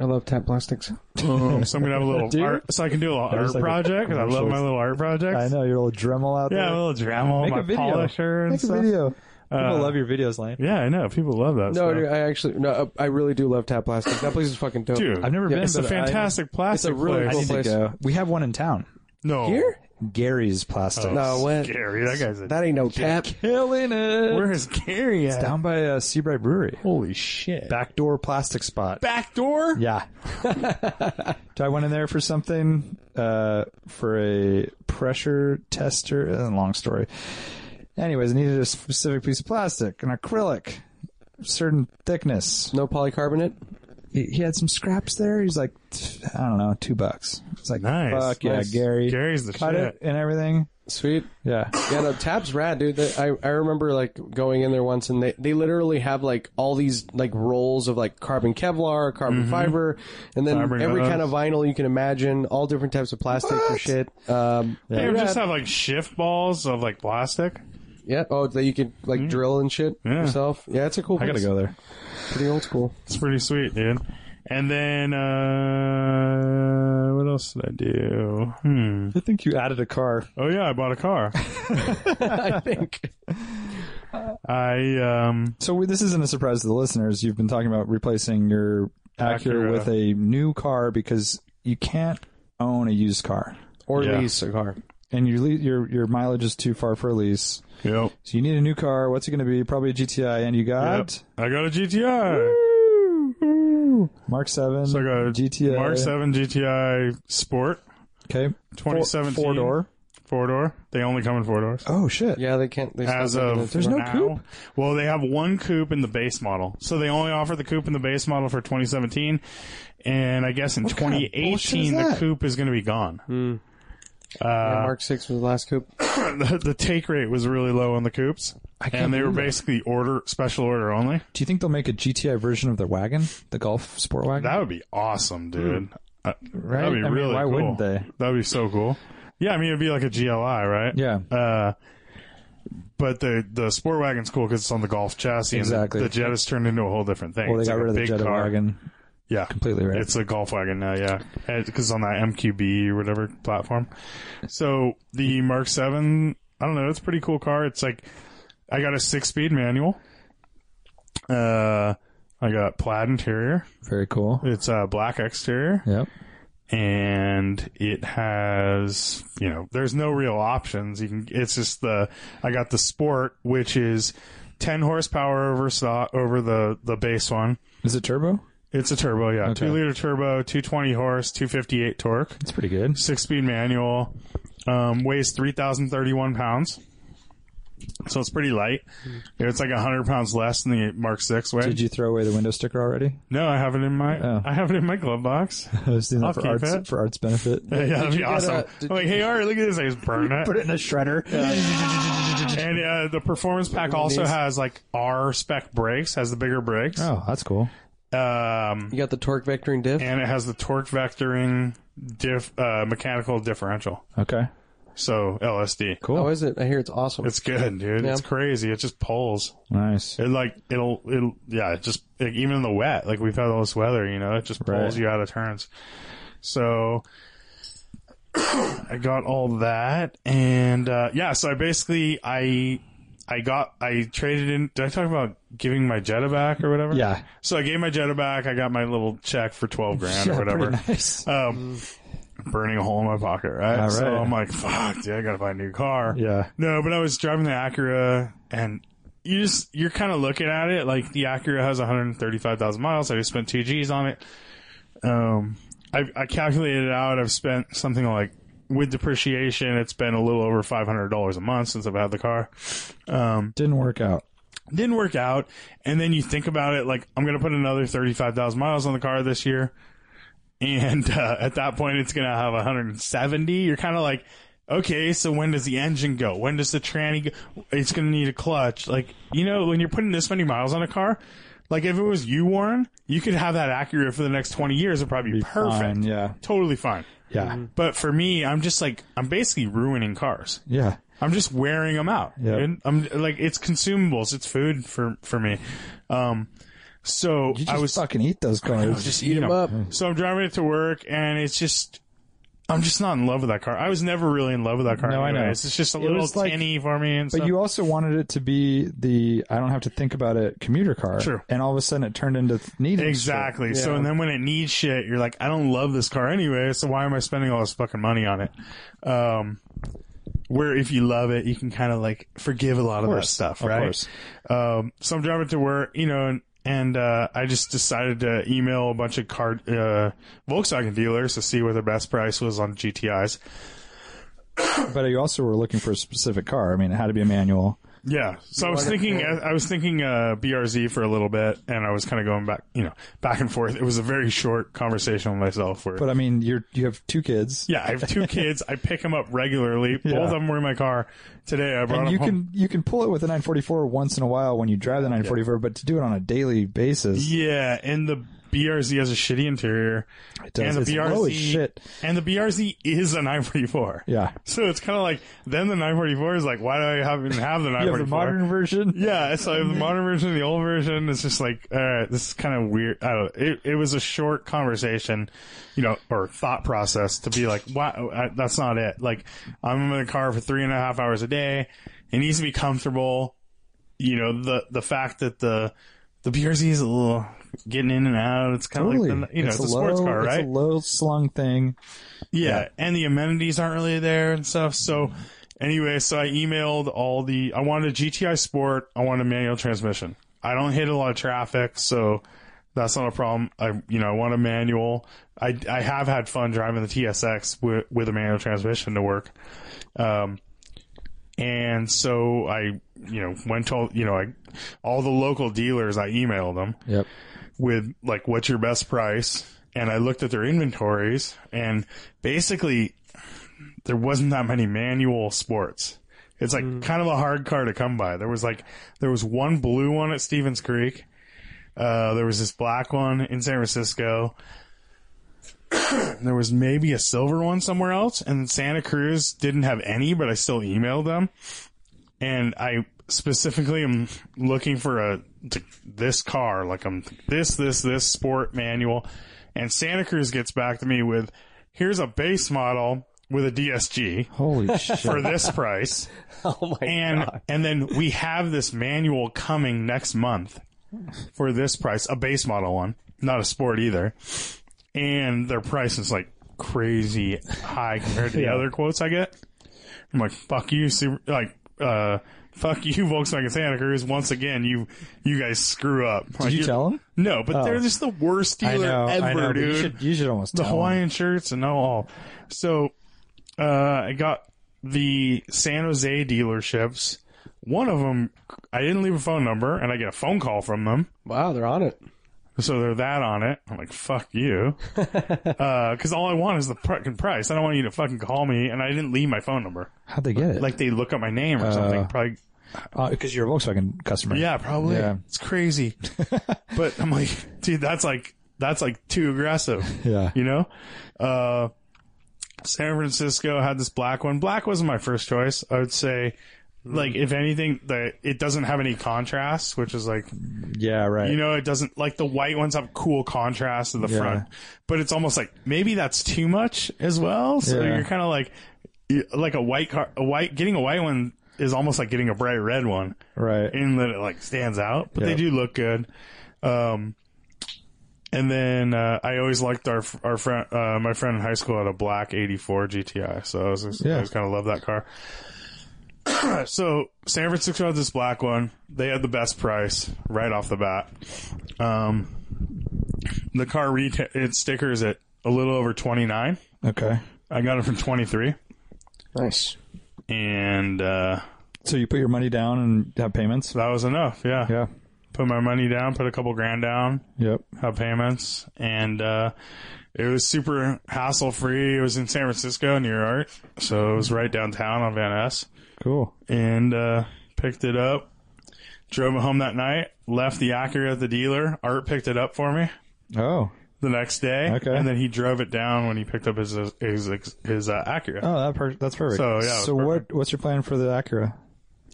Speaker 3: I love tap plastics.
Speaker 2: Oh.
Speaker 4: Um, so I'm gonna have a little
Speaker 2: Dude.
Speaker 4: art, so I can do a little art
Speaker 2: like a
Speaker 4: project. 'cause I love my
Speaker 2: commercials.
Speaker 4: little art projects.
Speaker 2: I know your little Dremel out
Speaker 4: Yeah,
Speaker 2: there.
Speaker 4: a little Dremel,
Speaker 2: Make a
Speaker 4: my
Speaker 2: video.
Speaker 4: polisher and
Speaker 2: Make a
Speaker 4: stuff.
Speaker 2: video. Uh, People love your videos, Lane.
Speaker 4: Yeah, I know. People love that.
Speaker 3: No,
Speaker 4: stuff.
Speaker 3: dude, I actually no, uh, I really do love tap plastics. That place is fucking dope.
Speaker 4: dude,
Speaker 2: I've never been.
Speaker 4: It's a
Speaker 2: but I-
Speaker 4: fantastic plastic.
Speaker 3: really
Speaker 4: place.
Speaker 3: cool
Speaker 2: I need to
Speaker 3: place.
Speaker 2: go. We have one in town.
Speaker 4: No,
Speaker 3: Here?
Speaker 2: Gary's Plastics.
Speaker 3: No, what?
Speaker 4: Gary, that guy's a,
Speaker 3: That ain't no tap.
Speaker 2: Killing it.
Speaker 4: where is Gary at?
Speaker 2: down by uh, Seabright Brewery.
Speaker 4: Holy shit!
Speaker 2: Backdoor plastic spot.
Speaker 4: back door.
Speaker 2: Yeah. so I went in there for something, uh, for a pressure tester. Uh, long story. Anyways, I needed a specific piece of plastic, an acrylic, certain thickness.
Speaker 3: No polycarbonate.
Speaker 2: He, he had some scraps there. He's like, "Tch, I don't know, two bucks. It's like,
Speaker 4: Nice.
Speaker 2: fuck yeah,
Speaker 4: Nice.
Speaker 2: Gary.
Speaker 4: Gary's the
Speaker 2: Cut
Speaker 4: shit.
Speaker 2: it and everything.
Speaker 3: Sweet.
Speaker 2: Yeah.
Speaker 3: Yeah, no, Tap's rad, dude. That- I, I remember like going in there once and they, they literally have like all these like rolls of like carbon Kevlar, carbon fiber, and then
Speaker 4: Mm-hmm. Fiber
Speaker 3: every
Speaker 4: gloves.
Speaker 3: kind of vinyl you can imagine, all different types of plastic and shit. Um,
Speaker 4: They
Speaker 3: yeah.
Speaker 4: ever just have like shift balls of like plastic.
Speaker 3: yeah. Oh, that you could like drill and shit
Speaker 4: Yeah.
Speaker 3: yourself. Yeah, it's a cool
Speaker 2: Hmm? I gotta
Speaker 3: place.
Speaker 2: go there.
Speaker 3: Pretty old school.
Speaker 4: It's pretty sweet, dude. And then uh what else did I do? Hmm.
Speaker 2: I think you added a car.
Speaker 4: Oh yeah, I bought a car.
Speaker 3: I think.
Speaker 4: I um
Speaker 2: So we, this isn't a surprise to the listeners. You've been talking about replacing your Acura,
Speaker 4: Acura.
Speaker 2: with a new car because you can't own a used car,
Speaker 3: Or
Speaker 4: Yeah.
Speaker 3: lease a car.
Speaker 2: and your le- your your mileage is too far for a lease.
Speaker 4: yep.
Speaker 2: So you need a new car. What's it going to be? Probably a GTI, and you
Speaker 4: Yep.
Speaker 2: got
Speaker 4: I got a GTI.
Speaker 2: Mark Seven,
Speaker 4: So I got a
Speaker 2: GTI,
Speaker 4: Mark 7 GTI Sport
Speaker 2: okay,
Speaker 4: 2017
Speaker 2: four door.
Speaker 4: Four door. They only come in four doors.
Speaker 2: Oh shit!
Speaker 3: Yeah, they can't. They
Speaker 4: As
Speaker 3: stop making
Speaker 4: of
Speaker 3: it.
Speaker 2: There's no
Speaker 4: now-
Speaker 2: coupe?
Speaker 4: Well, they have one coupe in the base model, so they only offer the coupe in the base model for 2017, and I guess in
Speaker 2: kind of
Speaker 4: 2018
Speaker 2: bullshit is
Speaker 4: the
Speaker 2: that?
Speaker 4: coupe is going to be gone.
Speaker 3: Yeah, Mark Six was the last coupe.
Speaker 4: the, the take rate was really low on the coupes,
Speaker 2: can't
Speaker 4: and they were
Speaker 2: believe it.
Speaker 4: basically order special order only.
Speaker 2: Do you think they'll make a GTI version of their wagon, the Golf Sport wagon?
Speaker 4: That would be awesome, dude. Uh,
Speaker 2: Hmm. Right?
Speaker 4: That'd be
Speaker 2: I mean,
Speaker 4: really
Speaker 2: why
Speaker 4: cool.
Speaker 2: wouldn't they?
Speaker 4: That'd be so cool. Yeah, I mean it'd be like a GLI, right?
Speaker 2: Yeah.
Speaker 4: Uh, but the the sport wagon's cool because it's on the golf chassis. and the-
Speaker 2: Exactly.
Speaker 4: the Jetta has turned into a whole different thing.
Speaker 2: well, they
Speaker 4: It's
Speaker 2: got
Speaker 4: like a
Speaker 2: rid of the
Speaker 4: big
Speaker 2: Jetta
Speaker 4: car.
Speaker 2: wagon
Speaker 4: Yeah,
Speaker 2: completely, right?
Speaker 4: it's a golf wagon now, yeah. Because on that MQB or whatever platform. So the Mark Seven, I don't know. It's a pretty cool car. It's like I got a six-speed manual. Uh, I got plaid interior.
Speaker 2: Very cool.
Speaker 4: It's a uh, black exterior,
Speaker 2: Yep.
Speaker 4: and it has you know there's no real options. You can it's just the I got the Sport, which is ten horsepower over stock over the the base one.
Speaker 2: Is it turbo?
Speaker 4: It's a turbo, yeah.
Speaker 2: Okay.
Speaker 4: Two liter turbo, 220 horse, 258 torque,
Speaker 2: It's pretty good.
Speaker 4: six speed manual, um, weighs 3,031 pounds. So it's pretty light. It's like 100 pounds less than the Mark 6 weight.
Speaker 2: Did you throw away the window sticker already?
Speaker 4: no, I have it in my,
Speaker 2: Oh.
Speaker 4: I have it in my glove box.
Speaker 2: I was doing that
Speaker 4: I'll
Speaker 2: for
Speaker 4: keep
Speaker 2: arts
Speaker 4: it.
Speaker 2: for arts benefit.
Speaker 4: yeah, that'd be
Speaker 3: you get
Speaker 4: awesome.
Speaker 3: a- did
Speaker 4: I'm like, hey, Art, look at this. I just burn it.
Speaker 2: it in a shredder.
Speaker 4: and uh, the performance pack also has like R spec brakes, has the bigger brakes.
Speaker 2: Oh, that's cool.
Speaker 4: Um,
Speaker 3: You got the torque vectoring diff.
Speaker 4: and it has the torque vectoring diff, uh, mechanical differential.
Speaker 2: Okay.
Speaker 4: So LSD.
Speaker 2: Cool.
Speaker 3: How is it? I hear it's awesome.
Speaker 4: It's good, dude. It's
Speaker 3: Yeah.
Speaker 4: crazy. It just pulls.
Speaker 2: Nice.
Speaker 4: It like it'll it'll yeah. It just like, even in the wet, like we've had all this weather, you know, it just pulls
Speaker 2: Right.
Speaker 4: you out of turns. So I got all that, and uh, yeah. So I basically I I got I traded in. Did I talk about giving my Jetta back or whatever?
Speaker 2: Yeah.
Speaker 4: So I gave my Jetta back. I got my little check for twelve grand or whatever.
Speaker 2: Pretty nice.
Speaker 4: Um, burning a hole in my pocket, right?
Speaker 2: All
Speaker 4: So
Speaker 2: right.
Speaker 4: I'm like, fuck, dude, I gotta buy a new car.
Speaker 2: Yeah.
Speaker 4: No, but I was driving the Acura and you just, you're kind of looking at it like the Acura has 135,000 miles. I just spent two G's on it. Um, I, I calculated it out. I've spent something like with depreciation, it's been a little over $500 a month since I've had the car. Um,
Speaker 2: Didn't work out.
Speaker 4: didn't work out. And then you think about it, like I'm going to put another 35,000 miles on the car this year. And uh, at that point, it's going to have 170. You're kind of like, okay, so when does the engine go? When does the tranny go? It's going to need a clutch. Like, you know, when you're putting this many miles on a car, like if it was you, Warren, you could have that accurate for the next 20 years. It'd probably be, perfect. Mm-hmm.
Speaker 2: Fine, yeah.
Speaker 4: Totally fine.
Speaker 2: Yeah.
Speaker 4: But for me, I'm just like, I'm basically ruining cars.
Speaker 2: Yeah.
Speaker 4: I'm just wearing them out.
Speaker 2: Yeah.
Speaker 4: dude. I'm like it's consumables. It's food for for me. Um, so
Speaker 2: You just
Speaker 4: I was
Speaker 2: fucking eat those cars.
Speaker 4: just eat them
Speaker 3: up.
Speaker 4: So I'm driving it to work, and it's just I'm just not in love with that car. I was never really in love with that car.
Speaker 2: No, I know.
Speaker 4: anyways. It's just a
Speaker 2: It
Speaker 4: little
Speaker 2: was like-
Speaker 4: tinny for me and
Speaker 2: But
Speaker 4: stuff.
Speaker 2: you also wanted it to be the I don't have to think about it commuter car.
Speaker 4: True.
Speaker 2: And all of a sudden it turned into th- needing shit.
Speaker 4: Exactly. So and then when it needs shit, you're like, I don't love this car anyway, so why am I spending all this fucking money on it? Um where if you love it, you can kind of like forgive a lot of, that stuff, right?
Speaker 2: course.
Speaker 4: Um so I'm driving to work, you know, and and uh, I just decided to email a bunch of car uh, Volkswagen dealers to see what their best price was on GTIs.
Speaker 2: But you also were looking for a specific car. I mean, it had to be a manual.
Speaker 4: Yeah. So I was thinking, I was thinking uh, BRZ for a little bit, and I was kind of going back, you know, back and forth. It was a very short conversation with myself. Where,
Speaker 2: But I mean, you're you have two kids.
Speaker 4: yeah, I have two kids. I pick them up regularly. Both
Speaker 2: Yeah.
Speaker 4: of them were in my car today. I brought
Speaker 2: And
Speaker 4: them
Speaker 2: you
Speaker 4: home.
Speaker 2: can you can pull it with a 944 once in a while when you drive the 944, but to do it on a daily basis,
Speaker 4: Yeah, and the BRZ has a shitty interior.
Speaker 2: it does.
Speaker 4: And the
Speaker 2: it's
Speaker 4: BRZ
Speaker 2: low as shit.
Speaker 4: And the BRZ is a 944.
Speaker 2: Yeah.
Speaker 4: So it's kind of like then the 944 is like, why do I have, even have the 944?
Speaker 2: You have the modern version.
Speaker 4: Yeah, so I have the modern version, the old version. It's just like, all right, this is kind of weird. I don't know. It, it was a short conversation, you know, or thought process to be like, wow, I, that's not it. Like, I'm in the car for three and a half hours a day. It needs to be comfortable. You know, the, the fact that the, the BRZ is a little getting in and out. It's kind of
Speaker 2: Totally.
Speaker 4: like, the, you know, it's, a, sports
Speaker 2: low,
Speaker 4: car, right?
Speaker 2: It's a low slung thing.
Speaker 4: Yeah, and the amenities aren't really there and stuff. So anyway, so I emailed all the I wanted a GTI Sport, I wanted a manual transmission. I don't hit a lot of traffic, so that's not a problem. I you know, I want a manual. I I have had fun driving the TSX with with a manual transmission to work. Um and so I, you know, went to, all- you know, I, all the local dealers, I emailed them
Speaker 2: Yep.
Speaker 4: with like what's your best price and i looked at their inventories and basically there wasn't that many manual sports it's like kind of a hard car to come by there was like there was one blue one at stevens creek uh, there was this black one in san francisco there was maybe a silver one somewhere else and santa cruz didn't have any but i still emailed them and I specifically am looking for a t- this car, like I'm this this this sport manual, and Santa Cruz gets back to me with here's a base model with a DSG
Speaker 2: Holy shit.
Speaker 4: for this price,
Speaker 1: Oh my
Speaker 4: and and then we have this manual coming next month for this price, a base model one, not a sport either, and their price is like crazy high compared to the other quotes I get. I'm like, fuck you, super, like, uh, fuck you, Volkswagen Santa Cruz. Once again, you, you guys screw up. Like,
Speaker 2: Did you
Speaker 4: you're-
Speaker 2: tell him?
Speaker 4: No, but they're just the worst
Speaker 2: I
Speaker 4: dealer
Speaker 2: know.
Speaker 4: ever,
Speaker 2: I know. but
Speaker 4: dude
Speaker 2: You should, you should almost
Speaker 4: the
Speaker 2: tell him.
Speaker 4: Hawaiian shirts and all. So uh, I got the San Jose dealerships. One of them, I didn't leave a phone number, and I get a phone call from them.
Speaker 3: Wow, they're on it.
Speaker 4: So they're that on it. I'm like, fuck you. Because all I want is the fucking price. I don't want you to fucking call me, and I didn't leave my phone number.
Speaker 2: How'd they get it?
Speaker 4: Like they look up my name or something. Probably
Speaker 2: because you're a Volkswagen customer.
Speaker 4: Yeah, probably.
Speaker 2: Yeah.
Speaker 4: It's crazy. but I'm like, dude, that's like that's like too aggressive.
Speaker 2: Yeah.
Speaker 4: You know? Uh San Francisco had this black one. Black wasn't my first choice. I would say like if anything the it doesn't have any contrast, which is like
Speaker 2: Yeah, right.
Speaker 4: you know, it doesn't like the white ones have cool contrast to the
Speaker 2: Yeah.
Speaker 4: front, but it's almost like maybe that's too much as well. So
Speaker 2: Yeah.
Speaker 4: you're kind of like, you- like a white car, a white getting a white one is almost like getting a bright red one
Speaker 2: right.
Speaker 4: in that it like stands out, but they
Speaker 2: Yeah.
Speaker 4: do look good. Um, and then uh, I always liked our our friend, uh, my friend in high school had a black '84 GTI, so I was just, I
Speaker 2: Yeah.
Speaker 4: was kind of love that car. so San Francisco had this black one; they had the best price right off the bat. Um, the car retail its stickers at a little over twenty nine.
Speaker 2: okay.
Speaker 4: I got it for twenty three,
Speaker 5: Nice.
Speaker 4: and uh,
Speaker 2: So you put your money down and have payments.
Speaker 4: that was enough. Yeah.
Speaker 2: Yeah.
Speaker 4: put my money down, put a couple grand down,
Speaker 2: Yep.
Speaker 4: have payments, and uh, it was super hassle free. It was in San Francisco near Art, so it was right downtown on Van Ness,
Speaker 2: Cool.
Speaker 4: and uh, picked it up. Drove it home that night. Left the Acura at the dealer. Art picked it up for me
Speaker 2: Oh.
Speaker 4: the next day,
Speaker 2: Okay.
Speaker 4: and then he drove it down when he picked up his his his uh, Acura.
Speaker 2: Oh, that per- that's perfect.
Speaker 4: So, yeah, it was
Speaker 2: So what what's your plan for the Acura?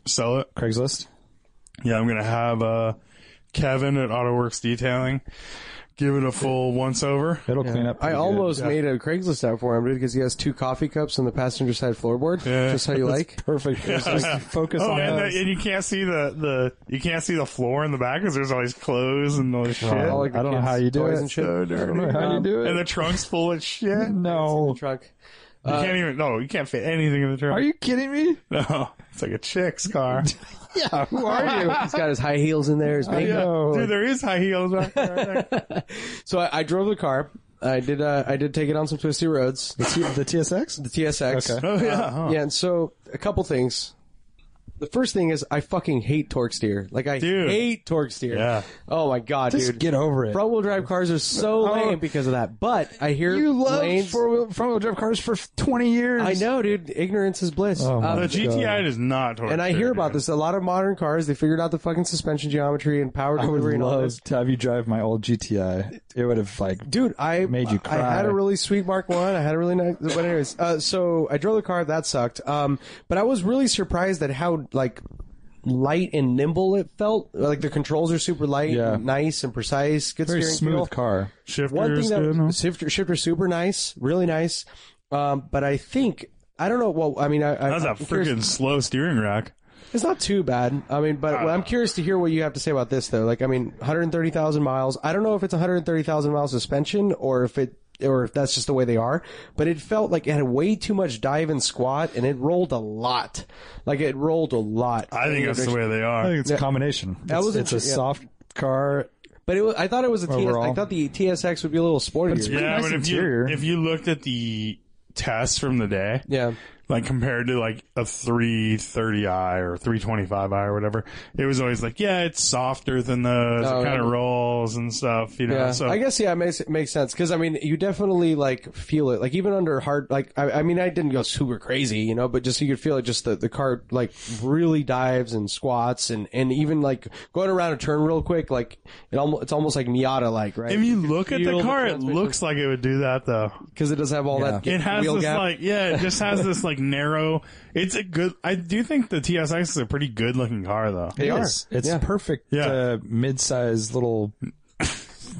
Speaker 4: Sell it.
Speaker 2: Craigslist.
Speaker 4: Yeah, I'm gonna have uh, Kevin at AutoWorks Detailing give it a full once over.
Speaker 2: It'll clean up.
Speaker 3: I
Speaker 2: pretty good.
Speaker 3: almost made a Craigslist ad for him, dude, because he has two coffee cups on the passenger side floorboard.
Speaker 4: Yeah.
Speaker 3: Just how you like.
Speaker 2: perfect. Just focus
Speaker 4: Oh,
Speaker 2: on
Speaker 4: and,
Speaker 2: those.
Speaker 4: the, and you can't see the, the you can't see the floor in the back because there's all these clothes and all this shit.
Speaker 2: I
Speaker 3: like the
Speaker 2: don't know
Speaker 3: kids'
Speaker 2: how you do
Speaker 3: toys
Speaker 2: it.
Speaker 3: and shit.
Speaker 4: so dirty.
Speaker 2: how you do it.
Speaker 4: And the trunk's full of shit. You
Speaker 2: no.
Speaker 3: Trunk.
Speaker 4: can't even. No, you can't fit anything in the trunk.
Speaker 2: Uh, Are you kidding me?
Speaker 4: No, it's like a chick's car.
Speaker 2: Yeah. Who are you? Oh,
Speaker 3: He's got his high heels in there. His
Speaker 2: I
Speaker 3: makeup.
Speaker 2: know.
Speaker 4: Dude, there is high heels back there.
Speaker 3: So I, I drove the car. I did. Uh, I did take it on some twisty roads. The, T-
Speaker 2: the TSX.
Speaker 3: the TSX.
Speaker 2: Okay.
Speaker 4: Oh yeah. huh.
Speaker 3: Yeah, and so a couple things. The first thing is I fucking hate torque steer. Like I
Speaker 4: Dude.
Speaker 3: hate torque steer.
Speaker 4: Yeah.
Speaker 3: Oh my god,
Speaker 2: Just
Speaker 3: dude.
Speaker 2: get over it.
Speaker 3: Front wheel drive cars are so lame because of that. But I hear
Speaker 2: you love
Speaker 3: lanes.
Speaker 2: four wheel front wheel drive cars for twenty years.
Speaker 3: I know, dude. Ignorance is bliss.
Speaker 2: Oh, my
Speaker 3: Um,
Speaker 4: The GTI does not. Torture,
Speaker 3: and I hear about this. A lot of modern cars, they figured out the fucking suspension geometry and power
Speaker 2: I would
Speaker 3: delivery and all this.
Speaker 2: love to have you drive my old GTI. It would have like
Speaker 3: Dude, I
Speaker 2: Made you
Speaker 3: I
Speaker 2: cry.
Speaker 3: had a really sweet Mark One. I had a really nice. But anyways, uh, so I drove the car. That sucked. Um, but I was really surprised at how like light and nimble it felt. Like the controls are super light,
Speaker 2: Yeah.
Speaker 3: and nice and precise. Good
Speaker 2: very
Speaker 3: steering
Speaker 2: smooth
Speaker 3: feel.
Speaker 2: car.
Speaker 4: Shifters
Speaker 3: One thing that
Speaker 4: good, huh?
Speaker 3: shifter, shifter super nice, really nice. Um, but I think I don't know. Well, I mean, I, I
Speaker 4: That's a
Speaker 2: Uh,
Speaker 3: I'm curious-
Speaker 4: freaking slow steering rack.
Speaker 3: It's not too bad. I mean,
Speaker 4: Uh,
Speaker 3: but I'm curious to hear what you have to say about this, though. Like, I mean, 130,000 miles. I don't know if it's 130,000 mile suspension or if it or if that's just the way they are. But it felt like it had way too much dive and squat, and it rolled a lot. Like it rolled a lot.
Speaker 4: I think that's the way they
Speaker 2: I
Speaker 4: are.
Speaker 2: think it's a combination. It's,
Speaker 3: was
Speaker 2: it's a
Speaker 3: inter- yeah.
Speaker 2: soft car.
Speaker 3: But it was, I thought it was a TS, I
Speaker 2: Overall.
Speaker 3: thought the TSX would be a little sportier.
Speaker 2: pretty
Speaker 4: Yeah,
Speaker 2: nice
Speaker 4: but if you
Speaker 2: interior.
Speaker 4: if you looked at the tests from the day,
Speaker 3: yeah.
Speaker 4: like compared to like a 330i or 325i or whatever, it was always like, yeah, it's softer than those.
Speaker 3: Oh,
Speaker 4: it kind of
Speaker 3: yeah.
Speaker 4: rolls and stuff, you know.
Speaker 3: Yeah,
Speaker 4: So
Speaker 3: I guess yeah, it makes it makes sense because I mean, you definitely like feel it, like even under hard, like I, I mean, I didn't go super crazy, you know, but just you could feel it. Just the the car like really dives and squats and and even like going around a turn real quick, like it almost it's almost like Miata like
Speaker 4: if
Speaker 3: right
Speaker 4: you look at
Speaker 3: feel
Speaker 4: the
Speaker 3: the
Speaker 4: car, it
Speaker 3: transmission.
Speaker 4: looks like it would do that though.
Speaker 3: because it does have all that
Speaker 4: It has
Speaker 3: wheel
Speaker 4: this
Speaker 3: gap.
Speaker 4: like yeah, it just has this like narrow. It's a good. I do think the TSX is a pretty good looking car though.
Speaker 3: They are.
Speaker 2: It's, it's
Speaker 3: Yeah.
Speaker 2: perfect.
Speaker 4: Yeah.
Speaker 2: Uh, mid-sized little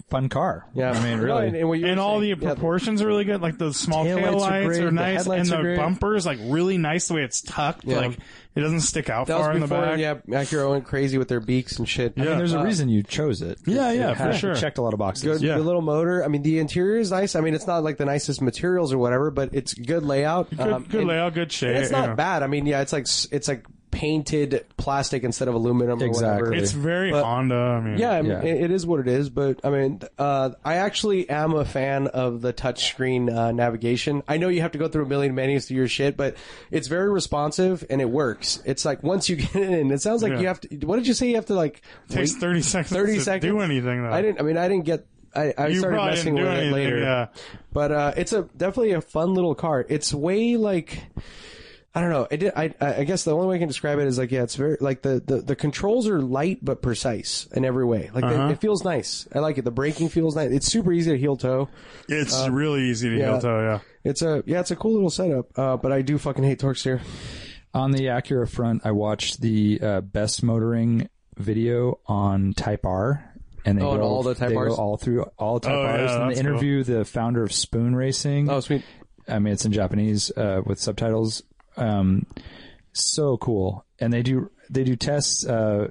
Speaker 2: fun car.
Speaker 3: yeah,
Speaker 2: I mean,
Speaker 3: No,
Speaker 2: really.
Speaker 3: and, and, what you
Speaker 4: and
Speaker 3: were
Speaker 4: all
Speaker 3: saying,
Speaker 4: the
Speaker 3: yeah,
Speaker 4: proportions are really good. Like the small
Speaker 2: Taillights
Speaker 4: tail
Speaker 2: are
Speaker 4: lights
Speaker 2: great,
Speaker 4: are
Speaker 2: the
Speaker 4: nice, and
Speaker 2: headlights are
Speaker 4: the
Speaker 2: great.
Speaker 4: bumper is like really nice the way it's tucked. Like it doesn't stick out
Speaker 3: that
Speaker 4: far
Speaker 3: was
Speaker 4: in the
Speaker 3: before,
Speaker 4: back.
Speaker 3: yeah, Acura went crazy with their beaks and shit.
Speaker 2: I mean, there's a reason you chose it.
Speaker 4: Yeah,
Speaker 2: It-
Speaker 4: yeah,
Speaker 2: it
Speaker 4: for
Speaker 2: had-
Speaker 4: sure.
Speaker 2: Checked a lot of boxes.
Speaker 3: Uh, good
Speaker 4: Yeah.
Speaker 3: good little motor. I mean, the interior is nice. I mean, it's not like the nicest materials or whatever, but it's good layout.
Speaker 4: Good,
Speaker 3: um,
Speaker 4: good
Speaker 3: and-
Speaker 4: layout, good shape.
Speaker 3: And it's
Speaker 4: you
Speaker 3: not
Speaker 4: know.
Speaker 3: bad. I mean, yeah, it's like s- it's like painted plastic instead of aluminum. Or whatever.
Speaker 2: Exactly.
Speaker 4: It's very
Speaker 3: But-
Speaker 4: Honda. I mean,
Speaker 3: yeah, I mean,
Speaker 2: Yeah.
Speaker 3: It, it is what it is. But I mean, uh, I actually am a fan of the touchscreen uh, navigation. I know you have to go through a million menus to your shit, but it's very responsive and it works. It's like once you get in, it sounds like
Speaker 4: Yeah.
Speaker 3: you have to. What did you say? You have to like
Speaker 4: takes
Speaker 3: wait-
Speaker 4: thirty seconds.
Speaker 3: thirty
Speaker 4: to
Speaker 3: seconds.
Speaker 4: do anything though.
Speaker 3: I didn't. I mean, I didn't get. I, I
Speaker 4: You
Speaker 3: started
Speaker 4: probably
Speaker 3: messing
Speaker 4: didn't do
Speaker 3: with
Speaker 4: anything.
Speaker 3: it later.
Speaker 4: Yeah.
Speaker 3: But uh, it's a definitely a fun little car. It's way like I don't know. It did, I I I guess the only way I can describe it is like yeah, it's very like the the, the controls are light but precise in every way. Like they, it feels nice. I like it. The braking feels nice. It's super easy to heel toe.
Speaker 4: It's really easy to
Speaker 3: Uh, yeah.
Speaker 4: heel toe. Yeah.
Speaker 3: It's a yeah, it's a cool little setup. Uh, but I do fucking hate torque steer.
Speaker 2: On the Acura front, I watched the uh, best motoring video on Type R, and they
Speaker 3: Oh,
Speaker 2: go,
Speaker 3: and all the Type
Speaker 2: they
Speaker 3: Rs?
Speaker 2: go all through all Type
Speaker 4: Oh, yeah,
Speaker 2: Rs, and
Speaker 4: that's
Speaker 2: they interview the founder of Spoon Racing.
Speaker 3: Oh sweet.
Speaker 2: I mean, it's in Japanese uh, with subtitles. Um, so cool, and they do they do tests. Uh,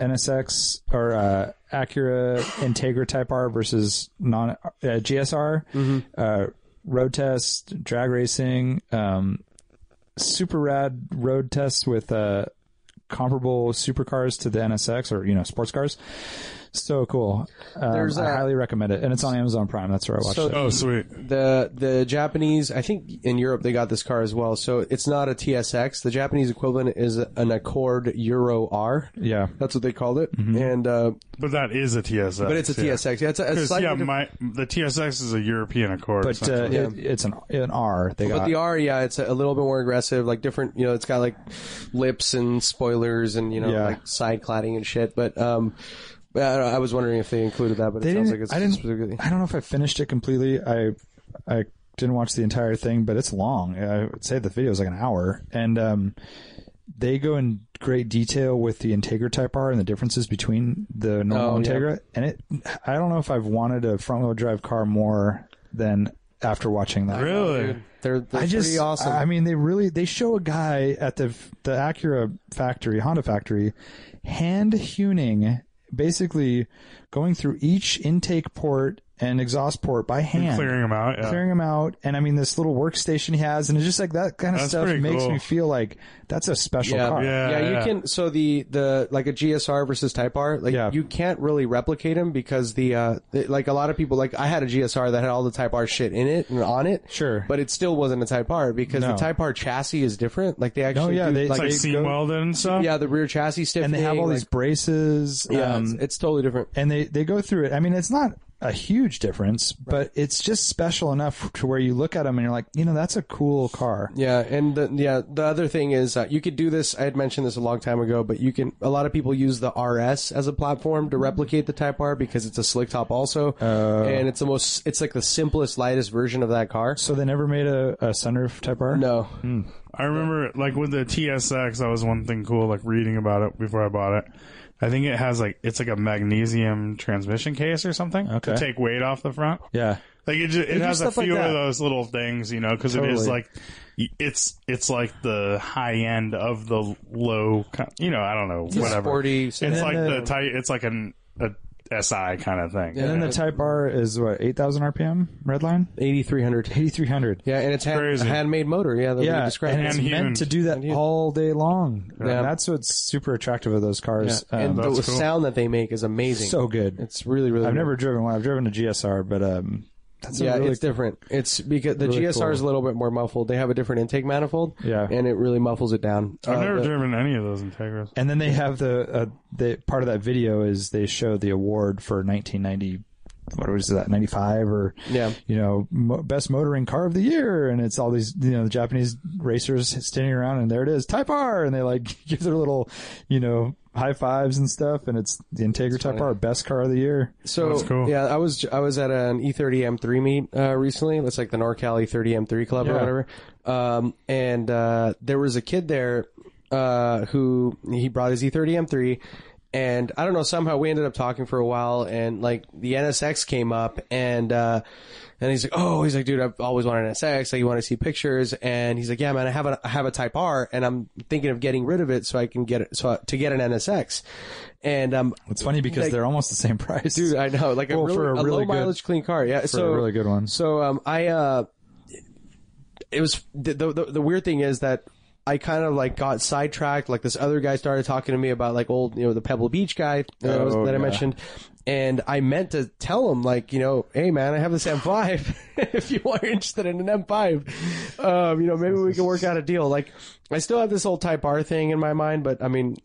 Speaker 2: NSX or uh, Acura Integra Type R versus non uh, GSR
Speaker 3: Mm-hmm.
Speaker 2: uh, road test, drag racing, um, super rad road tests with uh, comparable supercars to the NSX or you know sports cars. So cool! Um,
Speaker 3: There's
Speaker 2: I
Speaker 3: a-
Speaker 2: highly recommend it, and it's on Amazon Prime. That's where I watched
Speaker 3: So-
Speaker 2: it.
Speaker 4: Oh, sweet.
Speaker 3: The the Japanese, I think in Europe they got this car as well. So it's not a TSX. The Japanese equivalent is an Accord Euro R.
Speaker 2: Yeah,
Speaker 3: That's what they called it. And uh,
Speaker 4: But that is a TSX.
Speaker 3: but it's a TSX. Yeah, it's a, a
Speaker 4: 'Cause,
Speaker 3: slightly
Speaker 4: yeah,
Speaker 3: different-
Speaker 4: my the TSX is a European Accord.
Speaker 2: but uh,
Speaker 4: essentially.
Speaker 2: it, it's an an R. They
Speaker 3: but
Speaker 2: got
Speaker 3: the R, yeah, it's a, a little bit more aggressive. Like different, you know, it's got like lips and spoilers and you know
Speaker 2: Yeah.
Speaker 3: like side cladding and shit. But um, but I, don't know, I was wondering if they included that, but it
Speaker 2: They
Speaker 3: sounds
Speaker 2: didn't-
Speaker 3: like it's
Speaker 2: I didn't-
Speaker 3: specifically-
Speaker 2: I don't know if I finished it completely. I I didn't watch the entire thing, but it's long. I would say the video is like an hour, and um, they go in great detail with the Integra Type R and the differences between the normal
Speaker 3: Oh, yeah.
Speaker 2: Integra. And it, I don't know if I've wanted a front wheel drive car more than after watching that.
Speaker 4: Really?
Speaker 3: They're, they're
Speaker 2: I just,
Speaker 3: pretty awesome.
Speaker 2: I mean, they really they show a guy at the the Acura factory, Honda factory, hand hewing, basically going through each intake port and exhaust port by hand,
Speaker 4: Clearing them out. Yeah.
Speaker 2: clearing them out. And I mean, this little workstation he has, and it's just like that kind of
Speaker 4: That's
Speaker 2: stuff
Speaker 4: pretty
Speaker 2: makes
Speaker 4: cool.
Speaker 2: me feel like that's a special car.
Speaker 4: Yeah,
Speaker 3: you
Speaker 4: yeah.
Speaker 3: can. So the the like a GSR versus Type R, like
Speaker 2: Yeah.
Speaker 3: you can't really replicate them because the uh the- like a lot of people like I had a GSR that had all the Type R shit in it and on it,
Speaker 2: Sure.
Speaker 3: but it still wasn't a Type R because the
Speaker 2: No.
Speaker 3: Type R chassis is different. Like they actually,
Speaker 2: yeah,
Speaker 3: do,
Speaker 2: they-
Speaker 4: It's like
Speaker 3: they
Speaker 4: seam
Speaker 3: go-
Speaker 4: welded and stuff.
Speaker 3: yeah, the rear chassis stiffening,
Speaker 2: and they have all these
Speaker 3: like-
Speaker 2: braces.
Speaker 3: yeah,
Speaker 2: um,
Speaker 3: it's, it's totally different.
Speaker 2: and they they go through it. I mean, it's not a huge difference, but it's just special enough to where you look at them and you're like, you know, that's a cool car.
Speaker 3: Yeah, and the, yeah, the other thing is uh, you could do this. I had mentioned this a long time ago, but you can. A lot of people use the RS as a platform to replicate the Type R because it's a slick top also,
Speaker 2: Oh.
Speaker 3: and it's the most. It's like the simplest, lightest version of that car.
Speaker 2: So they never made a, a sunroof Type R.
Speaker 3: No,
Speaker 4: I remember like with the TSX, that was one thing cool. Like reading about it before I bought it. I think it has like it's like a magnesium transmission case or something
Speaker 2: Okay.
Speaker 4: to take weight off the front.
Speaker 2: Yeah.
Speaker 4: Like it, ju- it
Speaker 2: do
Speaker 4: has a
Speaker 2: stuff like
Speaker 4: few
Speaker 2: that.
Speaker 4: of those little things, you know, because it is
Speaker 2: Totally.
Speaker 4: like y- it's it's like the high end of the low, ki- you know, I don't know, whatever.
Speaker 3: sporty.
Speaker 4: It's
Speaker 3: sedan.
Speaker 4: like
Speaker 2: the-
Speaker 4: the tight. It's like an a SI kind of thing.
Speaker 2: And then the Type R is what eight thousand RPM redline,
Speaker 3: 8300.
Speaker 2: eighty three hundred.
Speaker 3: Yeah, and it's hand,
Speaker 4: Crazy.
Speaker 3: handmade motor. E Yeah, that we
Speaker 2: Yeah,
Speaker 3: described.
Speaker 2: and it's
Speaker 4: And
Speaker 2: meant
Speaker 4: huge.
Speaker 2: to do that all day long. And that's what's super attractive of those cars.
Speaker 3: and
Speaker 2: Um,
Speaker 3: the
Speaker 4: that's cool.
Speaker 3: sound that they make is amazing.
Speaker 2: so good.
Speaker 3: it's really, really.
Speaker 2: I've
Speaker 3: good.
Speaker 2: never driven one. I've driven a GSR, but um, that's a
Speaker 3: yeah,
Speaker 2: really
Speaker 3: it's different. It's because the
Speaker 2: really
Speaker 3: GSR is a
Speaker 2: cool.
Speaker 3: little bit more muffled. They have a different intake manifold.
Speaker 2: Yeah.
Speaker 3: and it really muffles it down.
Speaker 4: I've
Speaker 3: Uh,
Speaker 4: never
Speaker 3: the-
Speaker 4: driven any of those Integras.
Speaker 2: And then they have the uh, the part of that video is they show the award for 1990. What was that? 95 or
Speaker 3: Yeah.
Speaker 2: you know, mo- best motoring car of the year, and it's all these you know the Japanese racers standing around, and there it is, Type R, and they like give their little you know high fives and stuff, and it's the Integra Type R, best car of the year.
Speaker 3: So
Speaker 4: cool.
Speaker 3: yeah, I was I was at an E E30 M3 meet uh, recently. That's like the NorCal E E30 M3 club or
Speaker 2: Yeah.
Speaker 3: whatever. Um, and uh, there was a kid there uh, who he brought his E E30 M3, and I don't know somehow we ended up talking for a while, and like the NSX came up, and uh, and he's like, oh, he's like, dude, I've always wanted an NSX. Like, you want to see pictures? And he's like, yeah, man, I have a I have a Type R, and I'm thinking of getting rid of it so I can get it so to get an NSX. And um,
Speaker 2: It's funny because
Speaker 3: Like-
Speaker 2: they're almost the same price,
Speaker 3: Dude, I know. Like a,
Speaker 2: Well,
Speaker 3: really,
Speaker 2: for a
Speaker 3: low
Speaker 2: really good-
Speaker 3: mileage clean car. Yeah,
Speaker 2: for
Speaker 3: so
Speaker 2: a really good one.
Speaker 3: So um, I uh, it was the, the the weird thing is that I kind of like got sidetracked. Like this other guy started talking to me about like old you know the Pebble Beach guy uh, that, I was,
Speaker 2: Oh,
Speaker 3: that I
Speaker 2: yeah.
Speaker 3: mentioned. And I meant to tell him, like, you know, hey man, I have this M5. if you are interested in an M5, um, you know, maybe we can work out a deal. Like, I still have this old Type R thing in my mind, but I mean,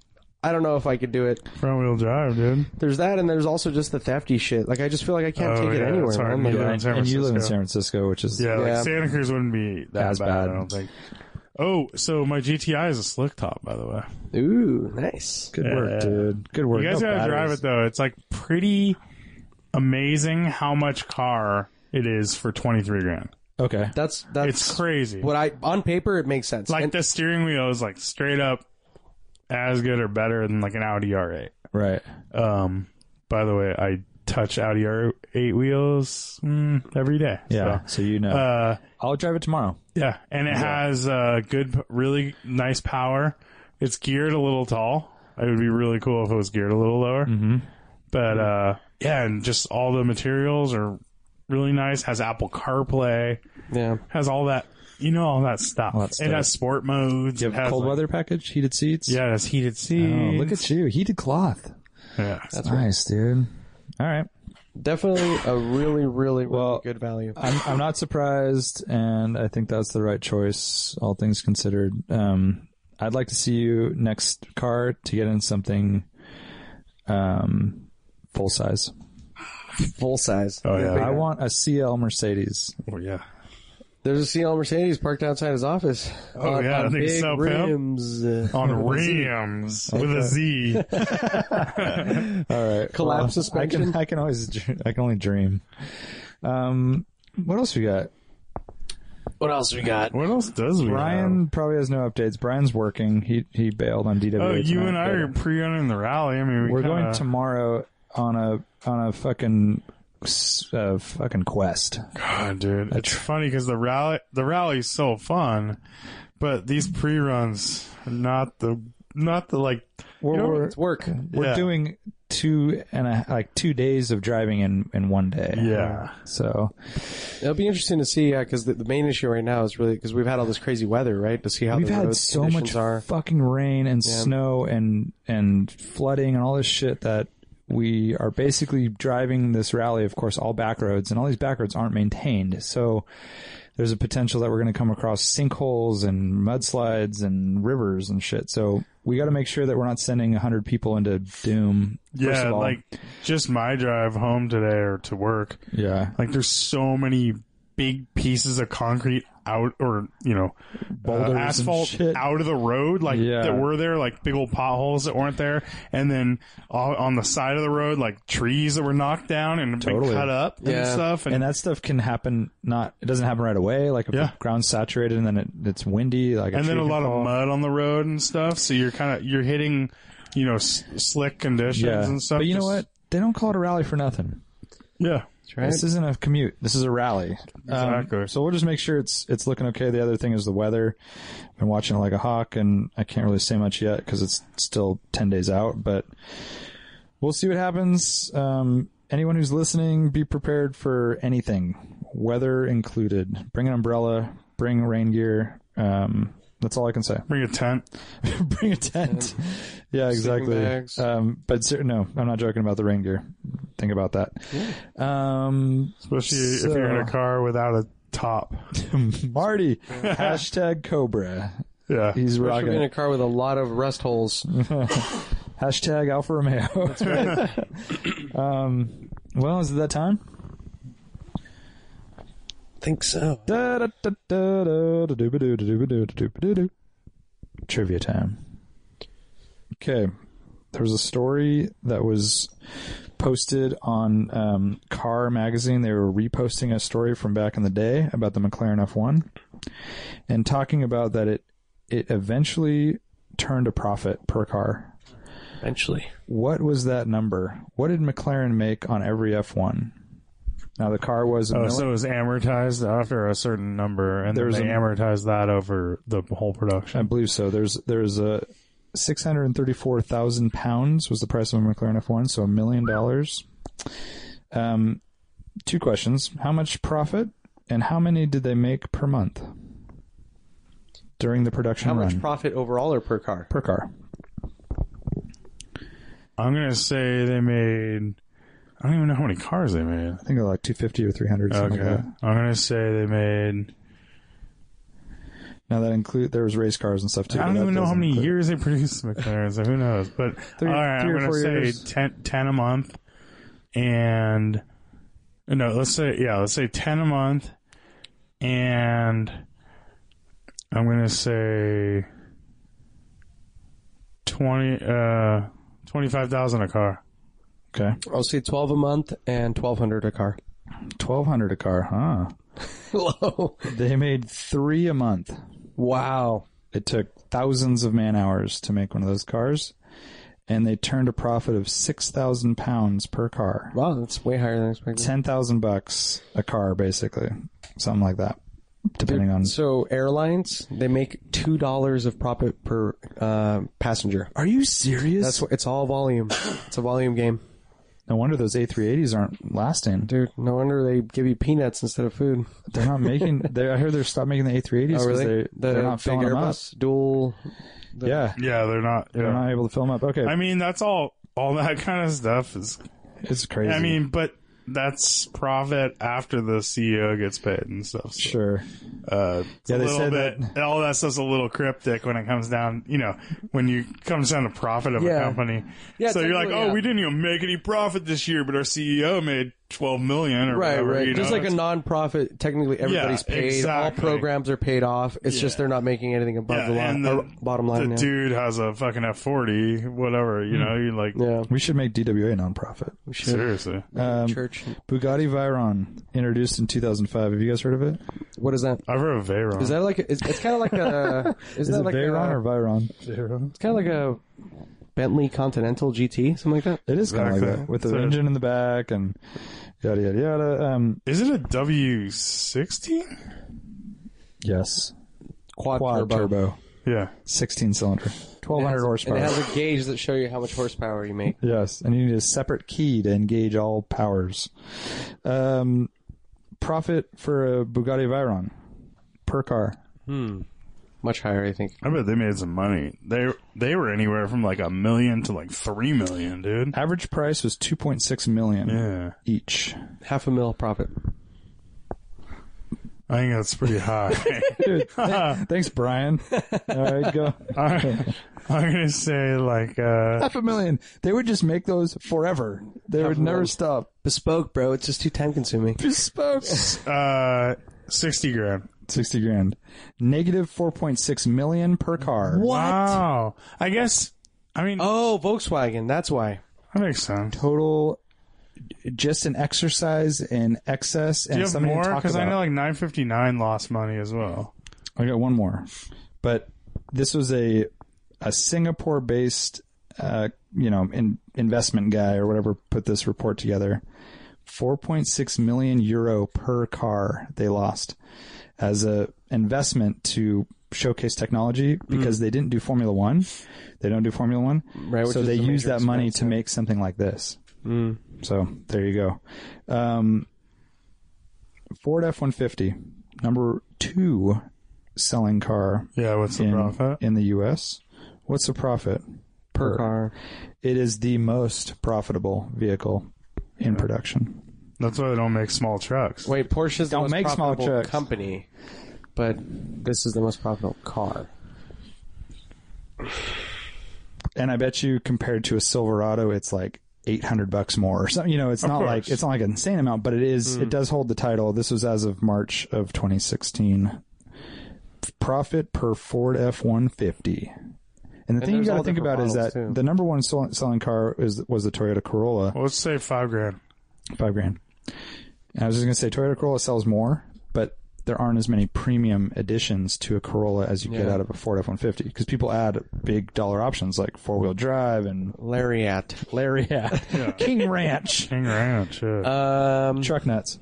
Speaker 3: I don't know if I could do it.
Speaker 4: Front wheel drive, dude.
Speaker 3: There's that, and there's also just the thefty shit. Like I just feel like I can't
Speaker 4: Oh,
Speaker 3: take it
Speaker 4: yeah,
Speaker 3: anywhere.
Speaker 4: it's hard.
Speaker 3: man.
Speaker 4: You live in
Speaker 3: Like,
Speaker 4: San
Speaker 2: and you live in
Speaker 4: Francisco.
Speaker 2: San Francisco, which is
Speaker 4: Yeah,
Speaker 3: Yeah.
Speaker 4: like Santa Cruz wouldn't be that
Speaker 2: As
Speaker 4: bad,
Speaker 2: bad.
Speaker 4: I don't think. Oh, so my GTI is a slick top, by the way.
Speaker 3: Ooh, nice.
Speaker 2: Good work,
Speaker 4: Yeah.
Speaker 2: dude. Good work.
Speaker 4: You guys
Speaker 2: No
Speaker 4: gotta drive
Speaker 2: batteries.
Speaker 4: it though. It's like pretty amazing how much car it is for twenty three grand.
Speaker 2: Okay.
Speaker 3: That's that's
Speaker 4: It's crazy.
Speaker 3: What I on paper it makes sense.
Speaker 4: like
Speaker 3: And-
Speaker 4: the steering wheel is like straight up as good or better than like an Audi R8.
Speaker 2: Right.
Speaker 4: Um, by the way, I touch Audi R8 wheels mm, every day.
Speaker 2: Yeah.
Speaker 4: So,
Speaker 2: So, you know,
Speaker 4: uh,
Speaker 2: I'll drive it tomorrow.
Speaker 4: yeah, and it has uh, good, really nice power. It's geared a little tall. It would be really cool if it was geared a little lower. Mm-hmm. But uh, yeah, and just all the materials are really nice. Has Apple CarPlay.
Speaker 3: yeah.
Speaker 4: Has all that. You know all that stuff.
Speaker 2: All that
Speaker 4: It
Speaker 2: stuff.
Speaker 4: has sport modes.
Speaker 2: You
Speaker 4: it
Speaker 2: have
Speaker 4: has
Speaker 2: cold
Speaker 4: like-
Speaker 2: weather package, heated seats.
Speaker 4: Yeah, it has heated seats.
Speaker 2: Oh, look at you. Heated cloth.
Speaker 4: yeah.
Speaker 2: That's nice, dude. All right.
Speaker 3: Definitely a really, really, really
Speaker 2: Well,
Speaker 3: good value.
Speaker 2: I'm, I'm not surprised, and I think that's the right choice, all things considered. Um, I'd like to see you next car to get in something um, full size.
Speaker 3: Full size.
Speaker 4: Oh yeah.
Speaker 2: I want a CL Mercedes.
Speaker 4: Oh, yeah.
Speaker 3: There's a CL Mercedes parked outside his office.
Speaker 4: Oh, yeah, I think
Speaker 3: big
Speaker 4: so, pimp.
Speaker 3: rims, uh,
Speaker 4: On Rams with a Z.
Speaker 2: All right.
Speaker 3: Collapse suspension.
Speaker 2: I can, I can always, dr- I can only dream. Um, what else we got?
Speaker 1: What else we got?
Speaker 4: What else does we
Speaker 2: Brian probably has no updates. Brian's working. He he bailed on DW.
Speaker 4: have? Oh, you and I are pre-running the rally. I mean, we
Speaker 2: We're
Speaker 4: kinda,
Speaker 2: going tomorrow on a on a fucking s- uh, fucking quest.
Speaker 4: God, dude, it's funny because the rally the rally's so fun, but these pre-runs are not the not the like.
Speaker 2: We're,
Speaker 4: You know,
Speaker 2: we're,
Speaker 3: It's work.
Speaker 2: we're
Speaker 4: yeah.
Speaker 2: doing two and a like two days of driving in in one day.
Speaker 4: Yeah.
Speaker 2: So
Speaker 3: It'll be interesting to see, yeah, because the, the main issue right now is really because we've had all this crazy weather, right? To see how
Speaker 2: we've
Speaker 3: the
Speaker 2: had
Speaker 3: roads
Speaker 2: so
Speaker 3: conditions
Speaker 2: much
Speaker 3: are.
Speaker 2: fucking rain and snow and and flooding and all this shit that we are basically driving this rally of course all back roads and all these back roads aren't maintained so there's a potential that we're going to come across sinkholes and mudslides and rivers and shit so we got to make sure that we're not sending 100 people into doom first
Speaker 4: Yeah,
Speaker 2: of all.
Speaker 4: like just my drive home today or to work.
Speaker 2: yeah
Speaker 4: Like there's so many big pieces of concrete out or you know
Speaker 2: Boulders and
Speaker 4: Uh, asphalt
Speaker 2: shit.
Speaker 4: out of the road like
Speaker 2: Yeah.
Speaker 4: that were there like big old potholes that weren't there and then all, on the side of the road like trees that were knocked down and
Speaker 2: Totally.
Speaker 4: been cut up and
Speaker 3: Yeah.
Speaker 4: stuff and,
Speaker 2: and that stuff can happen not it doesn't happen right away like if
Speaker 4: Yeah.
Speaker 2: the ground's saturated and then it, it's windy like
Speaker 4: and then
Speaker 2: tree
Speaker 4: a
Speaker 2: can
Speaker 4: lot
Speaker 2: fall.
Speaker 4: of mud on the road and stuff so you're kind of you're hitting you know s- slick conditions and stuff
Speaker 2: But you know
Speaker 4: Just-
Speaker 2: what? They don't call it a rally for nothing.
Speaker 4: yeah
Speaker 2: This isn't a commute. This is a rally. Um,
Speaker 4: Exactly.
Speaker 2: so we'll just make sure it's it's looking okay. The other thing is the weather. Been watching it like a hawk, and I can't really say much yet because it's still ten days out. But we'll see what happens. Um, anyone who's listening, be prepared for anything, weather included. Bring an umbrella. Bring rain gear. Um, that's all I can say.
Speaker 4: bring a tent
Speaker 2: bring a tent. Yeah,
Speaker 3: bags.
Speaker 2: exactly. Um, but cer- no, I'm not joking about the rain gear. Think about that. Um,
Speaker 4: especially if you're in a
Speaker 2: So-
Speaker 4: car without a top
Speaker 2: Marty, hashtag Cobra.
Speaker 4: yeah
Speaker 2: He's
Speaker 3: Should
Speaker 2: rocking.
Speaker 3: be in a
Speaker 2: it.
Speaker 3: car with a lot of rust holes.
Speaker 2: Mm. Hashtag Alfa Romeo. um, well, is it that time?
Speaker 1: think so.
Speaker 2: Trivia time. Okay. There was a story that was posted on um, Car Magazine. They were reposting a story from back in the day about the McLaren F1 and talking about that it it eventually turned a profit per car.
Speaker 1: Eventually.
Speaker 2: What was that number? What did McLaren make on every F1? Now the car was a
Speaker 4: Oh,
Speaker 2: million-
Speaker 4: so it was amortized after a certain number, and
Speaker 2: There
Speaker 4: then
Speaker 2: was
Speaker 4: they
Speaker 2: a-
Speaker 4: amortized that over the whole
Speaker 2: I
Speaker 4: production.
Speaker 2: believe so. There's there's a six hundred and thirty four thousand pounds was the price of a McLaren F one, so a million dollars. Um, two questions: How much profit, and how many did they make per month during the production
Speaker 3: How
Speaker 2: run
Speaker 3: much profit overall or per car?
Speaker 2: per car?
Speaker 4: I'm gonna say they made. I don't even know how many cars they made.
Speaker 2: I think it was like two fifty or three hundred.
Speaker 4: Okay,
Speaker 2: something Like that.
Speaker 4: I'm gonna say they made.
Speaker 2: Now that include there was race cars and stuff too.
Speaker 4: I
Speaker 2: but
Speaker 4: don't
Speaker 2: that
Speaker 4: even know how
Speaker 2: doesn't
Speaker 4: many
Speaker 2: include-
Speaker 4: years they produced the McLaren, so who knows? But
Speaker 2: Three-
Speaker 4: all right,
Speaker 2: three or
Speaker 4: I'm gonna
Speaker 2: four
Speaker 4: say
Speaker 2: years.
Speaker 4: ten, 10 a month, and no, let's say yeah, let's say ten a month, and I'm gonna say twenty uh twenty five thousand a car.
Speaker 2: Okay,
Speaker 3: I'll say twelve a month and twelve hundred a car.
Speaker 2: twelve hundred a car, huh?
Speaker 3: Low.
Speaker 2: They made three a month.
Speaker 3: Wow.
Speaker 2: It took thousands of man hours to make one of those cars, and they turned a profit of six thousand pounds per car,
Speaker 3: Wow, that's way higher than expected.
Speaker 2: ten thousand bucks a car, basically, something like that, depending on.
Speaker 3: So airlines, they make two dollars of profit per uh, passenger.
Speaker 2: Are you serious?
Speaker 3: That's what, it's all volume. It's a volume game,
Speaker 2: no wonder those A380s aren't lasting.
Speaker 3: dude. No wonder they give you peanuts instead of food.
Speaker 2: They're not making. They, I heard they're stopped making the A380s because they,
Speaker 3: Oh, the
Speaker 2: they're not
Speaker 3: big
Speaker 2: filling them up.
Speaker 3: Airbus dual. the-
Speaker 2: Yeah,
Speaker 4: Yeah, they're not.
Speaker 2: they're
Speaker 4: Yeah.
Speaker 2: not able to fill them up. Okay,
Speaker 4: I mean, that's all. All that kind of stuff is.
Speaker 2: it's crazy.
Speaker 4: I mean, but that's profit after the CEO gets paid and stuff. So.
Speaker 2: sure.
Speaker 4: Uh, it's
Speaker 2: Yeah,
Speaker 4: a
Speaker 2: they
Speaker 4: little
Speaker 2: said
Speaker 4: bit, all that stuff's a little cryptic when it comes down, you know, when you comes down to profit of
Speaker 3: Yeah.
Speaker 4: a company.
Speaker 3: Yeah,
Speaker 4: so you're like,
Speaker 3: technically,
Speaker 4: oh,
Speaker 3: yeah.
Speaker 4: we didn't even make any profit this year, but our CEO E made twelve million or
Speaker 3: Right,
Speaker 4: whatever.
Speaker 3: right.
Speaker 4: You
Speaker 3: Just
Speaker 4: know,
Speaker 3: like a
Speaker 4: it's-
Speaker 3: nonprofit, technically everybody's paid.
Speaker 4: exactly.
Speaker 3: All programs are paid off. It's just they're not making anything above
Speaker 4: yeah,
Speaker 3: the, line,
Speaker 4: and
Speaker 3: or
Speaker 4: the
Speaker 3: bottom line.
Speaker 4: The
Speaker 3: yeah. Hmm.
Speaker 4: dude has a fucking F forty, whatever. You know, you like
Speaker 3: yeah.
Speaker 2: We should make DWA a nonprofit.
Speaker 4: seriously.
Speaker 2: Um,
Speaker 3: Church.
Speaker 2: Bugatti Veyron, introduced in 2005. Have you guys heard of it?
Speaker 3: What is that?
Speaker 4: I've heard of Veyron.
Speaker 3: Is that like a, it's, it's kind of like a isn't
Speaker 2: Is
Speaker 3: that
Speaker 2: it
Speaker 3: like
Speaker 2: Veyron
Speaker 3: a,
Speaker 2: or Veyron?
Speaker 3: it's kind of like a Bentley Continental GT something like that.
Speaker 2: It is kind of like
Speaker 4: Exactly.
Speaker 2: that, with the
Speaker 4: So-
Speaker 2: engine in the back and yada yada yada. Um,
Speaker 4: Is it a W sixteen?
Speaker 2: yes,
Speaker 3: Quad,
Speaker 2: quad turbo,
Speaker 4: Yeah.
Speaker 2: 16 cylinder, 1200 horsepower.
Speaker 3: And it has a gauge that show you how much horsepower you make.
Speaker 2: Yes, and you need a separate key to engage all powers. Um, profit for a Bugatti Veyron per car.
Speaker 3: Much higher, I think.
Speaker 4: I bet they made some money. They they were anywhere from like a million to like three million, dude.
Speaker 2: Average price was 2.6 million
Speaker 4: Yeah,
Speaker 2: each.
Speaker 3: Half a mil profit.
Speaker 4: I think that's pretty high.
Speaker 2: Dude, th- thanks, Brian. All right, go.
Speaker 4: I, I'm gonna say like uh,
Speaker 2: Half a million. They would just make those forever. They would never stop.
Speaker 3: Bespoke, bro. It's just too time consuming.
Speaker 2: Bespoke.
Speaker 4: uh sixty grand.
Speaker 2: 60 grand. Negative 4.6 million per car.
Speaker 4: Wow. I guess. I mean,
Speaker 3: Oh, Volkswagen. That's why.
Speaker 4: that makes sense.
Speaker 2: Total just an exercise in excess and
Speaker 4: Do you have
Speaker 2: something
Speaker 4: more?
Speaker 2: to talk
Speaker 4: Because
Speaker 2: about.
Speaker 4: I know like 959 lost money as well.
Speaker 2: I got one more, but this was a a Singapore based uh, you know in, investment guy or whatever put this report together. 4.6 million euro per car they lost as a investment to showcase technology because they didn't do Formula One. They don't do Formula One,
Speaker 3: Mm. Right, which
Speaker 2: so
Speaker 3: is
Speaker 2: they
Speaker 3: the
Speaker 2: use
Speaker 3: major
Speaker 2: that money
Speaker 3: expense, Mm.
Speaker 2: to make something like this. So there you go. Um, Ford F-150, number two selling car
Speaker 4: Yeah. What's the
Speaker 2: in,
Speaker 4: profit?
Speaker 2: in the U.S. What's the profit per
Speaker 3: Car.
Speaker 2: It is the most profitable vehicle in production.
Speaker 4: That's why they don't make small trucks.
Speaker 3: Wait, Porsche's the
Speaker 2: Don't
Speaker 3: most
Speaker 2: make small
Speaker 3: profitable
Speaker 2: trucks.
Speaker 3: company, but this is the most profitable car.
Speaker 2: And I bet you, compared to a Silverado, it's like. 800 bucks more or something you know it's not like
Speaker 4: course. Mm.
Speaker 2: it's not like an insane amount but it is it does hold the title this was as of march of 2016 profit per ford f-150 and the thing you
Speaker 3: there's
Speaker 2: got to
Speaker 3: all
Speaker 2: think
Speaker 3: different
Speaker 2: about is that
Speaker 3: models, too.
Speaker 2: the number one sell- selling car is was the toyota corolla
Speaker 4: Well, let's say five grand.
Speaker 2: five grand. And I was just gonna say Toyota Corolla sells more, but there aren't as many premium additions to a Corolla as you get
Speaker 3: Yeah.
Speaker 2: out of a Ford F one fifty because people add big dollar options like four wheel drive and
Speaker 3: Lariat.
Speaker 2: Lariat, King Ranch,
Speaker 4: King Ranch. Yeah.
Speaker 2: Uh,
Speaker 3: Um,
Speaker 2: truck nuts.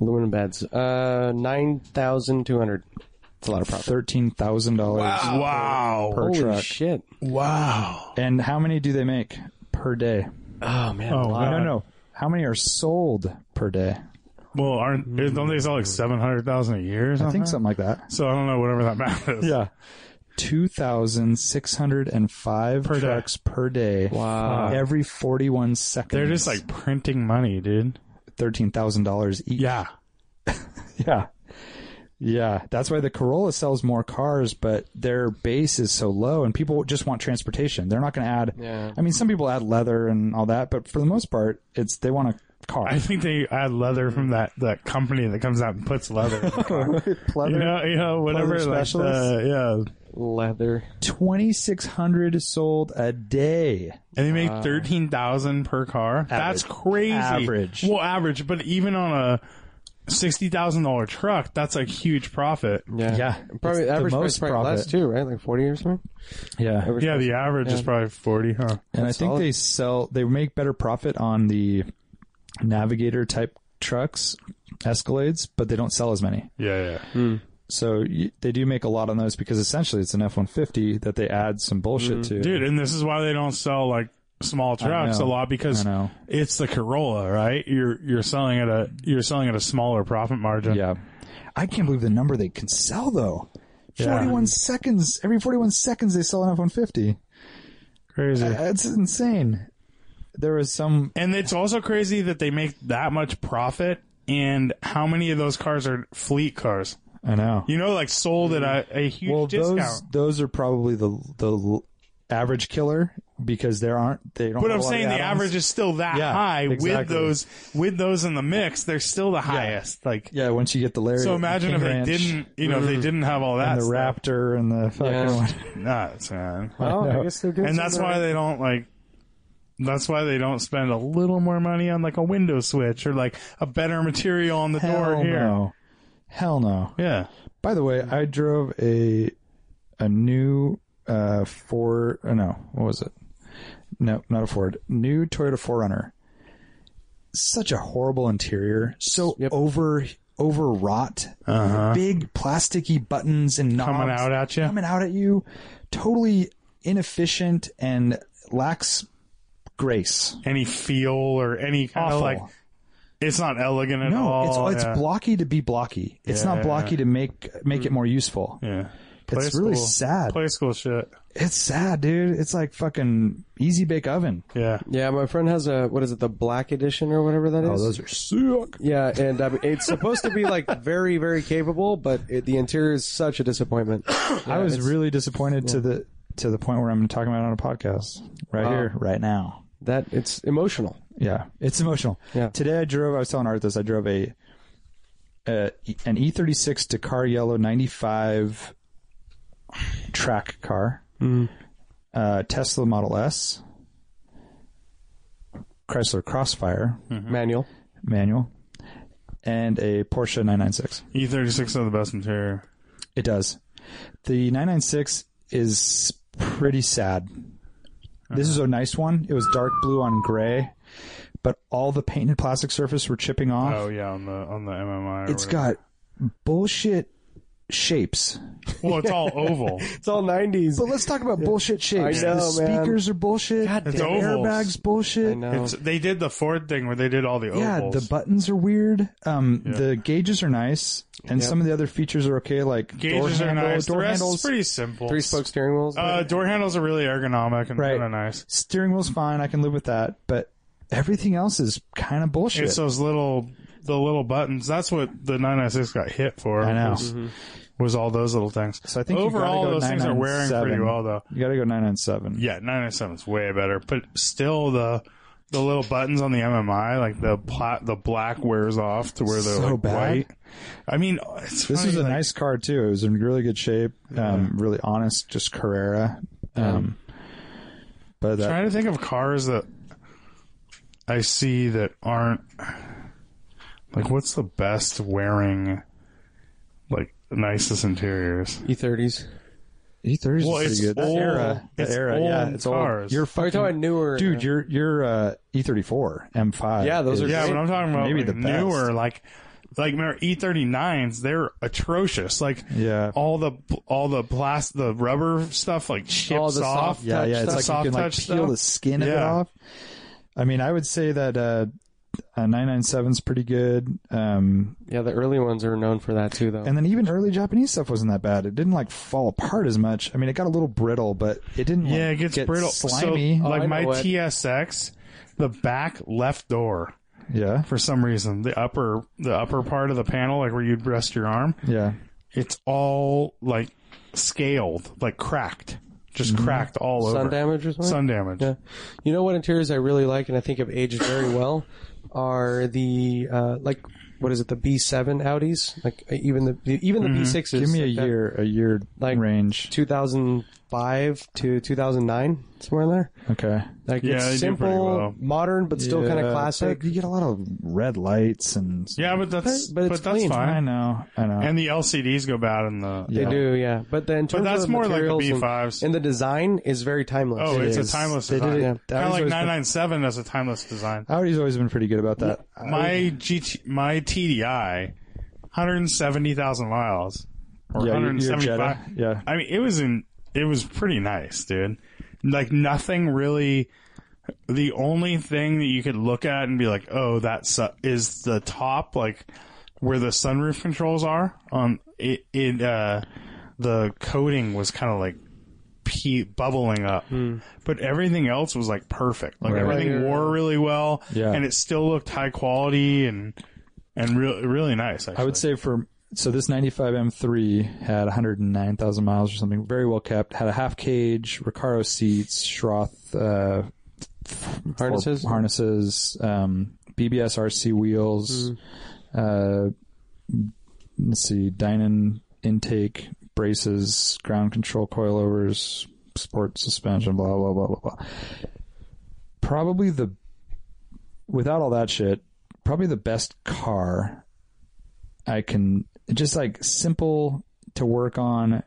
Speaker 3: aluminum beds. Uh, nine thousand two hundred.
Speaker 2: It's a lot of profit. Thirteen thousand dollars
Speaker 4: wow.
Speaker 2: per
Speaker 3: Holy
Speaker 2: truck.
Speaker 3: shit!
Speaker 4: Wow.
Speaker 2: and how many do they make per day?
Speaker 3: Oh man,
Speaker 4: Oh,
Speaker 2: I
Speaker 4: wow.
Speaker 2: don't know. How many are sold per day?
Speaker 4: Well, aren't don't they sell like seven hundred thousand a year? Or something?
Speaker 2: Mm. I think something like that.
Speaker 4: So I don't know whatever that math is.
Speaker 2: Yeah. 2,605
Speaker 4: day.
Speaker 2: trucks per day.
Speaker 3: Wow.
Speaker 2: Every 41 seconds.
Speaker 4: They're just like printing money, dude.
Speaker 2: thirteen thousand dollars each.
Speaker 4: Yeah.
Speaker 2: yeah, yeah. That's why the Corolla sells more cars, but their base is so low, and people just want transportation. They're not going to add.
Speaker 3: Yeah.
Speaker 2: I mean, some people add leather and all that, but for the most part, it's they want a car.
Speaker 4: I think they add leather from that, that company that comes out and puts leather. in the car. you know, you know, whatever.
Speaker 2: Leather
Speaker 4: Like
Speaker 2: specialists?
Speaker 4: the, yeah,
Speaker 3: leather.
Speaker 2: Twenty six hundred sold a day.
Speaker 4: and they make
Speaker 2: Uh,
Speaker 4: thirteen thousand per car. That's crazy.
Speaker 2: Average.
Speaker 4: Well, average, but even on a sixty thousand dollar truck, that's a huge profit.
Speaker 3: Yeah,
Speaker 2: Yeah,
Speaker 3: Probably
Speaker 2: it's the
Speaker 3: average
Speaker 2: most
Speaker 3: price probably
Speaker 2: profit.
Speaker 3: less too, right? Like forty or something.
Speaker 2: Yeah,
Speaker 3: Average
Speaker 4: Yeah,
Speaker 3: price.
Speaker 4: the average is probably forty, huh?
Speaker 2: and I think
Speaker 3: solid.
Speaker 2: they sell they make better profit on the Navigator type trucks, Escalades, but they don't sell as many.
Speaker 4: Yeah, yeah.
Speaker 2: So y they do make a lot on those because essentially it's an F one fifty that they add some bullshit to.
Speaker 4: Mm-hmm. dude and this is why they don't sell like small trucks a
Speaker 2: know.
Speaker 4: lot because
Speaker 2: I know.
Speaker 4: it's the corolla right you're you're selling at a you're selling at a smaller profit margin
Speaker 2: Yeah, I can't believe the number they can sell though. Forty one seconds every forty one seconds they sell an F one fifty.
Speaker 4: crazy
Speaker 2: That's insane. There was some
Speaker 4: and it's also crazy that they make that much profit and how many of those cars are fleet cars
Speaker 2: I know.
Speaker 4: you know like sold at a, a huge
Speaker 2: well,
Speaker 4: discount
Speaker 2: those those are probably the the l- average killer because there aren't they don't.
Speaker 4: But
Speaker 2: have
Speaker 4: I'm
Speaker 2: a lot of
Speaker 4: saying the
Speaker 2: add-ons.
Speaker 4: average is still that
Speaker 2: Yeah,
Speaker 4: high with
Speaker 2: exactly.
Speaker 4: those with those in the mix. They're still the highest. Like
Speaker 2: Yeah, once you get the Larry.
Speaker 4: so, imagine
Speaker 2: King
Speaker 4: if they
Speaker 2: Ranch Mm-hmm.
Speaker 4: didn't. You know, if they didn't have all that.
Speaker 2: and the
Speaker 4: stuff.
Speaker 2: Raptor and the fucking
Speaker 4: nuts, man.
Speaker 3: Oh,
Speaker 2: know.
Speaker 3: I guess they're doing
Speaker 4: and that's
Speaker 3: something
Speaker 4: why
Speaker 3: right.
Speaker 4: they don't like. That's why they don't spend a little more money on like a window switch or like a better material on the door
Speaker 2: Hell
Speaker 4: here.
Speaker 2: no. Hell no.
Speaker 4: Yeah,
Speaker 2: By the way,
Speaker 4: Hmm.
Speaker 2: I drove a a new uh Ford. Oh no, what was it? No, not a Ford. New Toyota 4Runner. Such a horrible interior. So over overwrought. Big plasticky buttons and knobs
Speaker 4: Uh-huh. coming out at you.
Speaker 2: coming out at you. Totally inefficient and lacks grace.
Speaker 4: Any feel or any kind
Speaker 2: Awful.
Speaker 4: of like. It's not elegant at
Speaker 2: No,
Speaker 4: all.
Speaker 2: it's it's
Speaker 4: Oh, yeah.
Speaker 2: blocky to be blocky. It's
Speaker 4: Yeah. Mm.
Speaker 2: not blocky to make make it more useful.
Speaker 4: Yeah.
Speaker 2: It's really sad.
Speaker 4: Play school shit.
Speaker 2: It's sad, dude. It's like fucking easy bake oven.
Speaker 4: Yeah.
Speaker 3: Yeah, my friend has a what is it, the black edition or whatever that is.
Speaker 2: Oh, are sick.
Speaker 3: yeah, and uh, it's supposed to be like very, very capable, but it, the interior is such a disappointment.
Speaker 2: I was really disappointed to the to the point where I'm talking about it on a podcast right here, right now.
Speaker 3: That it's emotional.
Speaker 2: Yeah, it's emotional.
Speaker 3: Yeah.
Speaker 2: Today I drove. I was telling Art this. I drove a, a an E36 Dakar Yellow 95 track car, uh, Tesla Model S, Chrysler Crossfire
Speaker 3: Manual.
Speaker 2: manual, and a Porsche 996.
Speaker 4: E36 are E the best interior.
Speaker 2: It does. The 996 is pretty sad. This is a nice one. It was dark blue on gray, but all the paint and plastic surface were chipping off.
Speaker 4: Oh yeah, on the on the MMI. or
Speaker 2: Uh, it's
Speaker 4: whatever.
Speaker 2: got bullshit shapes.
Speaker 4: well, it's all oval.
Speaker 3: It's all nineties.
Speaker 2: But let's talk about bullshit shapes.
Speaker 3: I know,
Speaker 2: the
Speaker 3: man.
Speaker 2: speakers are bullshit. God
Speaker 4: It's
Speaker 2: the
Speaker 4: ovals.
Speaker 2: airbags bullshit.
Speaker 3: I know.
Speaker 4: It's they did the Ford thing where they did all the ovals.
Speaker 2: Yeah, the buttons are weird. Um, the gauges are nice, and some of the other features are okay, like door
Speaker 4: gauges are
Speaker 2: handle,
Speaker 4: nice.
Speaker 2: door
Speaker 4: the rest
Speaker 2: handles.
Speaker 4: is pretty simple.
Speaker 3: Three spoke steering wheels.
Speaker 4: Uh, door handles are really ergonomic and
Speaker 2: Right.
Speaker 4: kind of nice.
Speaker 2: steering wheel's fine. I can live with that, but everything else is kind of bullshit.
Speaker 4: It's those little the little buttons. That's what the 996 got hit for.
Speaker 2: I know.
Speaker 4: Was, was all those little things.
Speaker 2: So I think you
Speaker 4: overall
Speaker 2: gotta go
Speaker 4: those things are wearing
Speaker 2: 997.
Speaker 4: pretty well though.
Speaker 2: you got to go nine nine seven.
Speaker 4: Yeah, 997 is way better, but still the the little buttons on the MMI, like the pla- the black wears off to where they're
Speaker 2: So
Speaker 4: like
Speaker 2: bad.
Speaker 4: white. I mean, it's
Speaker 2: This
Speaker 4: funny,
Speaker 2: is a
Speaker 4: like,
Speaker 2: nice car too. It was in really good shape, um, really honest, just Carrera. Um, but that,
Speaker 4: Trying to think of cars that I see that aren't like what's the best wearing like nicest interiors.
Speaker 3: E thirties.
Speaker 2: E thirty is
Speaker 4: Well,
Speaker 2: pretty
Speaker 4: it's
Speaker 2: good.
Speaker 4: old-
Speaker 2: that era, that
Speaker 4: it's
Speaker 2: era, yeah,
Speaker 4: old
Speaker 2: it's
Speaker 4: cars.
Speaker 2: old. You're
Speaker 3: Are you
Speaker 2: fucking,
Speaker 3: talking about newer?
Speaker 2: dude. Your your uh, E thirty four M five.
Speaker 3: Yeah, those are
Speaker 4: Yeah,
Speaker 3: great.
Speaker 4: but I'm talking about
Speaker 2: Maybe
Speaker 4: like
Speaker 2: the best.
Speaker 4: newer, like like remember E39s. They're atrocious. Like
Speaker 2: Yeah.
Speaker 4: all the all the plastic, the rubber stuff, like chips
Speaker 3: All the
Speaker 4: off.
Speaker 3: soft-
Speaker 2: yeah, yeah. It's
Speaker 4: stuff,
Speaker 2: like
Speaker 4: soft
Speaker 2: you can like
Speaker 4: touch
Speaker 2: peel
Speaker 4: stuff.
Speaker 2: the skin of it
Speaker 4: Yeah.
Speaker 2: off. I mean, I would say that uh, a nine nine seven's pretty good. Um,
Speaker 3: Yeah, the early ones are known for that too, though.
Speaker 2: And then even early Japanese stuff wasn't that bad. It didn't like fall apart as much. I mean, it got a little brittle, but it didn't. Like,
Speaker 4: Yeah, it gets
Speaker 2: get
Speaker 4: brittle.
Speaker 2: slimy.
Speaker 4: So, uh,
Speaker 3: I
Speaker 4: like
Speaker 3: know
Speaker 4: my
Speaker 3: it.
Speaker 4: TSX, the back left door
Speaker 2: yeah,
Speaker 4: for some reason, the upper the upper part of the panel, like where you'd rest your arm,
Speaker 2: yeah.
Speaker 4: it's all like scaled, like cracked, just
Speaker 2: Mm-hmm.
Speaker 4: cracked all over.
Speaker 3: Sun damage or something.
Speaker 4: Sun damage.
Speaker 3: Yeah. You know what interiors I really like and I think have aged very well are the uh, like what is it the B7 Audis like uh, even the even the
Speaker 4: Mm-hmm.
Speaker 3: B6s.
Speaker 2: Give me a
Speaker 3: like that
Speaker 2: year, a year
Speaker 3: like-
Speaker 2: range.
Speaker 3: 2005 to 2009 somewhere in there.
Speaker 2: Okay.
Speaker 3: Like
Speaker 4: Yeah,
Speaker 3: it's
Speaker 4: they do
Speaker 3: simple,
Speaker 4: pretty well.
Speaker 3: modern but still kind
Speaker 2: Yeah,
Speaker 3: of classic.
Speaker 2: but You get a lot of red lights and.
Speaker 4: Yeah, but that's
Speaker 3: But
Speaker 4: but,
Speaker 3: it's
Speaker 4: that's
Speaker 3: clean.
Speaker 2: I
Speaker 4: fine.
Speaker 2: know. I know.
Speaker 4: And the LCDs go bad in the
Speaker 3: They
Speaker 2: Yeah.
Speaker 3: do, yeah. But then in terms
Speaker 4: that's
Speaker 3: of
Speaker 4: more like the
Speaker 3: materials and-
Speaker 4: B5s.
Speaker 3: and, the design is very timeless.
Speaker 4: Oh,
Speaker 2: It
Speaker 4: it's
Speaker 2: is.
Speaker 4: a timeless
Speaker 2: They did
Speaker 4: design.
Speaker 2: it-
Speaker 4: Kind
Speaker 2: that was
Speaker 4: of like
Speaker 2: always the-
Speaker 4: 997 as a timeless design.
Speaker 2: Audi's always been pretty good about that.
Speaker 4: My GT, my TDI, 170,000 miles or
Speaker 2: Yeah, your- your
Speaker 4: 175.
Speaker 2: Jetta, yeah.
Speaker 4: I mean, it was in it was pretty nice, dude. Like nothing really the only thing that you could look at and be like, "Oh, that su- is the top like where the sunroof controls are on it, it uh the coating was kind of like pe- bubbling up,
Speaker 2: Hmm.
Speaker 4: but everything else was like perfect. Like everything wore really well,
Speaker 2: Yeah.
Speaker 4: and it still looked high quality and and real really nice. Actually.
Speaker 2: I would say for so this 95 M3 had 109,000 miles or something. Very well kept. Had a half cage, Recaro seats, Schroth uh,
Speaker 3: Harnesses?
Speaker 2: or harnesses, um, BBS RC wheels. Uh, let's see, Dynan intake, braces, ground control coilovers, sport suspension, blah blah blah blah blah. Probably the without all that shit, probably the best car I can just like simple to work on,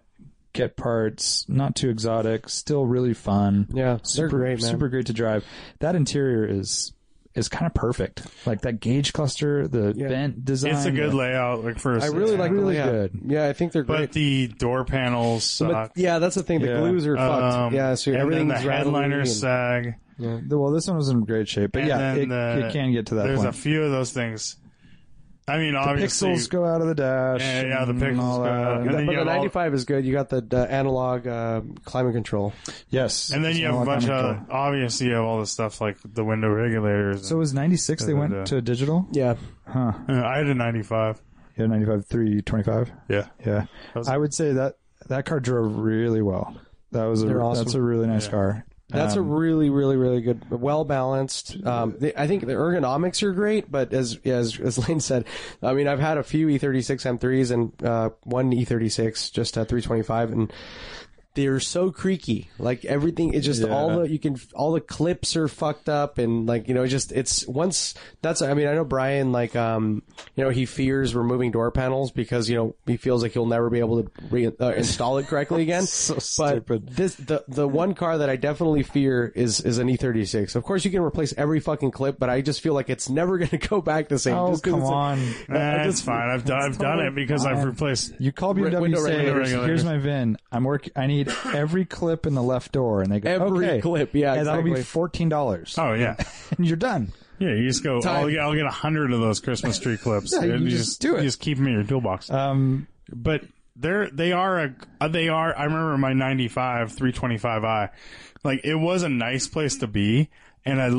Speaker 2: get parts, not too exotic, still really fun.
Speaker 3: Yeah, they're
Speaker 2: super
Speaker 3: great, man.
Speaker 2: super great to drive. That interior is is kind of perfect. Like that gauge cluster, the vent design.
Speaker 4: It's a good
Speaker 2: the-
Speaker 4: layout, like for. a
Speaker 3: I really
Speaker 4: sit-down.
Speaker 3: like
Speaker 2: Really
Speaker 3: the layout.
Speaker 2: good.
Speaker 3: Yeah, I think they're great.
Speaker 4: but the door panels
Speaker 3: But-
Speaker 4: suck.
Speaker 3: yeah, that's the thing. The
Speaker 2: Yeah.
Speaker 3: glues are
Speaker 4: Um,
Speaker 3: fucked. Yeah, so
Speaker 4: and then
Speaker 3: everything's
Speaker 4: the
Speaker 3: rattly
Speaker 4: headliner
Speaker 3: and-
Speaker 4: sag.
Speaker 2: the- well, this one was in great shape, but
Speaker 4: And
Speaker 2: yeah,
Speaker 4: then
Speaker 2: it,
Speaker 4: the-
Speaker 2: it can get to that
Speaker 4: There's
Speaker 2: point.
Speaker 4: a few of those things. I mean, obviously,
Speaker 2: pixels go out of the dash.
Speaker 4: Yeah, yeah, the
Speaker 2: and
Speaker 4: pixels
Speaker 2: all
Speaker 4: go
Speaker 2: that.
Speaker 4: out. And then
Speaker 3: but
Speaker 4: you
Speaker 3: the
Speaker 4: have all-
Speaker 3: 95 is good. You got the, the analog uh, climate control.
Speaker 2: Yes,
Speaker 4: and then
Speaker 2: it's
Speaker 4: you have a
Speaker 2: analog
Speaker 4: bunch
Speaker 2: climate
Speaker 4: of
Speaker 2: control.
Speaker 4: obviously you have all the stuff like the window regulators.
Speaker 2: So it was '96. They
Speaker 4: Uh,
Speaker 2: went to digital.
Speaker 3: Yeah.
Speaker 2: Huh.
Speaker 4: Uh, I had a 95.
Speaker 2: Yeah, 95, 325.
Speaker 4: Yeah,
Speaker 2: Yeah.
Speaker 4: That was-
Speaker 2: I would say that that car drove really well. That was a
Speaker 3: They're awesome.
Speaker 2: that's a really nice
Speaker 4: Yeah.
Speaker 2: car.
Speaker 3: That's
Speaker 2: Um,
Speaker 3: a really, really, really good, well balanced. Um, the, I think the ergonomics are great, but as as as Lane said, I mean, I've had a few E E36 M3s and uh, one E36, just a 325, and they're so creaky. Like everything, it's just
Speaker 2: Yeah.
Speaker 3: all the you can all the clips are fucked up, and like you know, just it's once that's. I mean, I know Brian like um you know he fears removing door panels because you know he feels like he'll never be able to re- uh, install it correctly again. so
Speaker 2: stupid.
Speaker 3: this the the one car that I definitely fear is is an E36. Of course, you can replace every fucking clip, but I just feel like it's never going to go back the same.
Speaker 2: Oh,
Speaker 3: Just 'cause
Speaker 2: come
Speaker 3: it's like-
Speaker 2: on.
Speaker 4: that's Eh, fine. I've done, I've done it because I've
Speaker 2: fine.
Speaker 4: replaced.
Speaker 2: You call BMW
Speaker 3: window
Speaker 2: and say,
Speaker 3: regulators.
Speaker 2: "Here's my VIN. I'm work. I need every clip in the left door." And they go,
Speaker 3: Every
Speaker 2: "Okay."
Speaker 3: clip, yeah,
Speaker 2: and that'll
Speaker 3: exactly.
Speaker 2: be fourteen dollars,
Speaker 4: Oh yeah,
Speaker 2: and you're done.
Speaker 4: yeah. You just go. I'll get, I'll get a hundred of those Christmas tree clips.
Speaker 2: Yeah,
Speaker 4: dude.
Speaker 2: you just do it.
Speaker 4: You just keep them in your toolbox.
Speaker 2: Um,
Speaker 4: but they're they are a uh, they are. I remember my ninety five three twenty five i, like it was a nice place to be, and I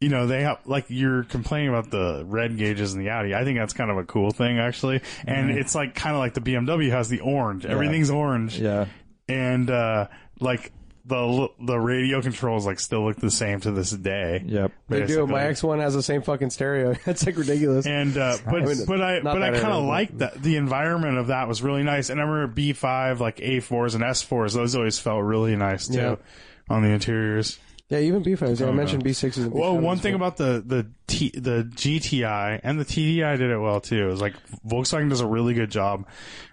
Speaker 4: you know they have like you're complaining about the red gauges in the Audi. I think that's kind of a cool thing actually, and it's like kind of like the BMW has the orange. Everything's orange.
Speaker 2: yeah,
Speaker 4: and uh like the the radio controls like still look the same to this day.
Speaker 2: yep.
Speaker 3: They do.
Speaker 4: basically.
Speaker 3: My X1 has the same fucking stereo. That's like ridiculous.
Speaker 4: And uh, but
Speaker 3: Nice.
Speaker 4: but I
Speaker 3: Not
Speaker 4: but I
Speaker 3: that
Speaker 4: kind of
Speaker 3: area,
Speaker 4: liked that the environment of that was really nice. And I remember B five like A fours and S fours; those always felt really nice too
Speaker 3: Yeah.
Speaker 4: on the interiors.
Speaker 3: yeah, even B5s. Yeah, I mentioned B6s. And
Speaker 4: Well,
Speaker 3: B7s.
Speaker 4: one thing about the the T, the GTI and the TDI did it well too. Is like Volkswagen does a really good job.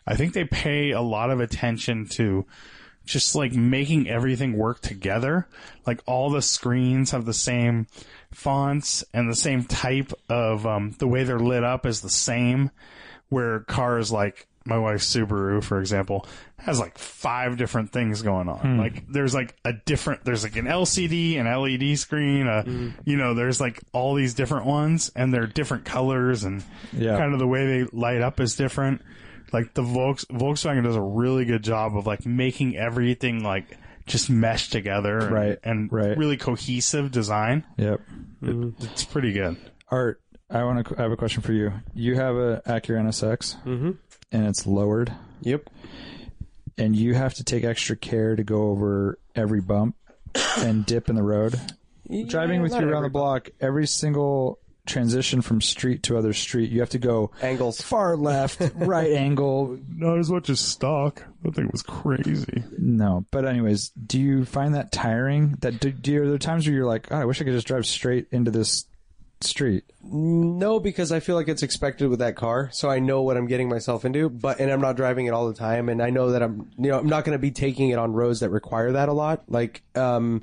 Speaker 4: I think they pay a lot of attention to just like making everything work together. Like all the screens have the same fonts and the same type of um, the way they're lit up is the same. Where cars like my wife's Subaru, for example, has like five different things going on.
Speaker 2: Hmm.
Speaker 4: Like there's like a different there's like an LCD, an LED screen, uh you know, there's like all these different ones and they're different colors and
Speaker 2: Yeah.
Speaker 4: kind of the way they light up is different. Like the Volks, Volkswagen does a really good job of like making everything like just mesh together and,
Speaker 2: Right,
Speaker 4: and
Speaker 2: right.
Speaker 4: really cohesive design.
Speaker 2: Yep.
Speaker 4: It's pretty good.
Speaker 2: Art, I want to. I have a question for you. You have a Acura NSX, mm-hmm. and it's lowered.
Speaker 3: Yep.
Speaker 2: and you have to take extra care to go over every bump and dip in the road. Driving with you
Speaker 3: not
Speaker 2: around
Speaker 3: every
Speaker 2: the block, every single transition from street to other street, you have to go
Speaker 3: Angles.
Speaker 2: far left, right angle.
Speaker 4: Not as much as stock. That thing was crazy.
Speaker 2: No, but anyways, do you find that tiring? That do, do you, are there times where you're like, God, I wish I could just drive straight into this street?
Speaker 3: No, because I feel like it's expected with that car, so I know what I'm getting myself into. But and I'm not driving it all the time, and I know that I'm you know I'm not going to be taking it on roads that require that a lot. Like, um,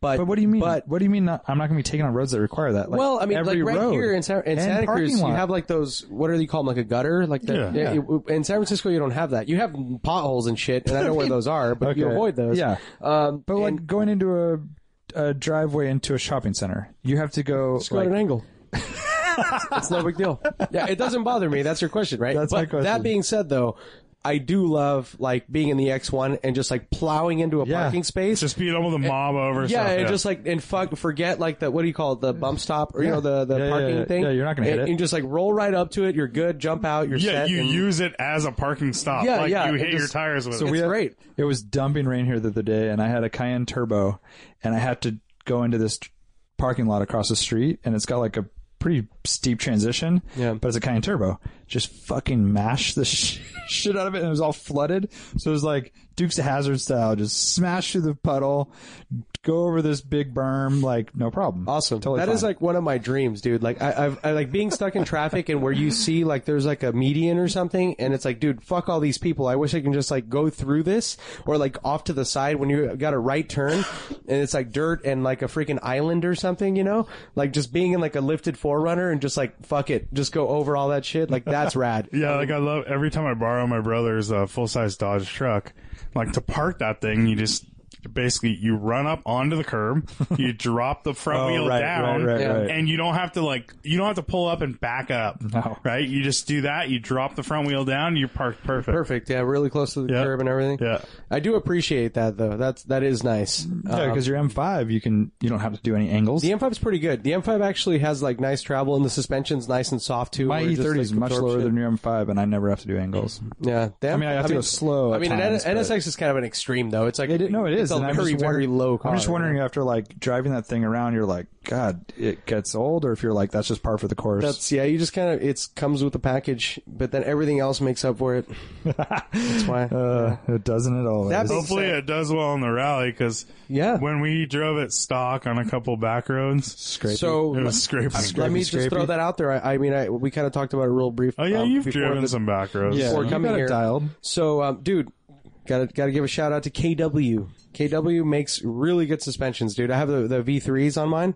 Speaker 3: but
Speaker 2: But what do you mean?
Speaker 3: But
Speaker 2: what do you mean? Not, I'm not going to be taking on roads that require that. Like
Speaker 3: well, I mean,
Speaker 2: every
Speaker 3: like right
Speaker 2: road
Speaker 3: here in, San, in
Speaker 2: and
Speaker 3: Santa
Speaker 2: parking
Speaker 3: Cruz,
Speaker 2: lot.
Speaker 3: you have like those. What are they called? Like a gutter, like the,
Speaker 4: Yeah.
Speaker 3: yeah, you- In San Francisco, you don't have that. You have potholes and shit, and I know where those are, but you
Speaker 2: Okay.
Speaker 3: avoid those.
Speaker 2: Yeah.
Speaker 3: um,
Speaker 2: But like going into a, a driveway into a shopping center, you have to go.
Speaker 3: go
Speaker 2: like-
Speaker 3: at an angle. it's no big deal. Yeah, it doesn't bother me. That's your question, right?
Speaker 2: That's
Speaker 3: but
Speaker 2: my question.
Speaker 3: That being said, though, I do love like being in the X1 and just like plowing into a
Speaker 2: Yeah.
Speaker 3: parking space.
Speaker 4: Just beat up with a mob over.
Speaker 3: yeah,
Speaker 4: something.
Speaker 3: and just like and fuck, forget like the what do you call it, the bump stop or you know the the
Speaker 2: Yeah, yeah,
Speaker 3: parking
Speaker 2: yeah.
Speaker 3: thing.
Speaker 2: Yeah, you're not gonna hit
Speaker 3: and,
Speaker 2: it.
Speaker 3: And just like roll right up to it. You're good. Jump out. You're
Speaker 4: yeah,
Speaker 3: set.
Speaker 4: you
Speaker 3: and-
Speaker 4: use it as a parking stop.
Speaker 3: Yeah,
Speaker 4: like
Speaker 3: yeah,
Speaker 4: you
Speaker 3: it
Speaker 4: hit your
Speaker 3: just-
Speaker 4: tires with
Speaker 3: so
Speaker 4: it.
Speaker 3: we- It's great.
Speaker 2: It was dumping rain here the other day, and I had a Cayenne Turbo, and I had to go into this parking lot across the street, and it's got like a pretty steep transition.
Speaker 3: Yeah.
Speaker 2: But it's a Cayenne Turbo. Just fucking mash the sh- shit out of it, and it was all flooded. So it was like Dukes of Hazard style, just smash through the puddle, go over this big berm, like no problem.
Speaker 3: Awesome. That is
Speaker 2: Totally fine.
Speaker 3: like one of my dreams, dude. Like I, I've, I like being stuck in traffic and where you see like there's like a median or something, and it's like, dude, fuck all these people. I wish I can just like go through this or like off to the side when you got a right turn, and it's like dirt and like a freaking island or something, you know? Like just being in like a lifted forerunner and just like fuck it, just go over all that shit. Like that's rad.
Speaker 4: Yeah, like I love every time I borrow my brother's uh, full size Dodge truck, like to park that thing, you just basically you run up onto the curb, you drop the front
Speaker 2: Oh,
Speaker 4: wheel
Speaker 2: right,
Speaker 4: down,
Speaker 2: right, right, right.
Speaker 4: and you don't have to like you don't have to pull up and back up.
Speaker 2: No.
Speaker 4: Right? You just do that, you drop the front wheel down, you're parked perfect.
Speaker 3: Perfect. Yeah, really close to the
Speaker 4: Yeah.
Speaker 3: curb and everything.
Speaker 4: Yeah.
Speaker 3: I do appreciate that though. That's that is nice.
Speaker 2: yeah, because
Speaker 3: uh,
Speaker 2: your M5, you can you don't have to do any angles.
Speaker 3: The M5 is pretty good. The M5 actually has like nice travel, and the suspension's nice and soft too.
Speaker 2: My
Speaker 3: where it just,
Speaker 2: E30 is
Speaker 3: like,
Speaker 2: much
Speaker 3: absorbs
Speaker 2: lower
Speaker 3: shit.
Speaker 2: than your M5, and I never have to do angles.
Speaker 3: Yeah,
Speaker 2: I mean, I have to go slow
Speaker 3: I
Speaker 2: at
Speaker 3: mean, an
Speaker 2: times,
Speaker 3: N-
Speaker 2: but-
Speaker 3: NSX is kind of an extreme though. It's like
Speaker 2: It, no, it is.
Speaker 3: It's a
Speaker 2: and I'm
Speaker 3: very
Speaker 2: just
Speaker 3: very
Speaker 2: wondering-
Speaker 3: low. Car,
Speaker 2: I'm just wondering after like driving that thing around, you're like, God, it gets old, or if you're like, that's just par for the course.
Speaker 3: That's yeah. You just kind of it's comes with the package, but then everything else makes up for it. That's why.
Speaker 2: uh, it doesn't at all.
Speaker 3: That being-
Speaker 4: Hopefully it does well in the rally because
Speaker 3: Yeah.
Speaker 4: when we drove it stock on a couple back roads,
Speaker 2: scraping.
Speaker 4: it
Speaker 3: so
Speaker 4: was scraping.
Speaker 3: let me
Speaker 2: scrapey.
Speaker 3: just throw that out there. I, I mean, I, we kind of talked about it real brief.
Speaker 4: Oh yeah,
Speaker 3: um,
Speaker 4: you've
Speaker 3: before
Speaker 4: driven
Speaker 3: the-
Speaker 4: some back roads.
Speaker 2: yeah,
Speaker 3: before
Speaker 2: you
Speaker 3: coming
Speaker 2: got it
Speaker 3: here-
Speaker 2: dialed.
Speaker 3: So, um, dude, gotta gotta give a shout out to KW. KW makes really good suspensions, dude. I have the, the V3s on mine,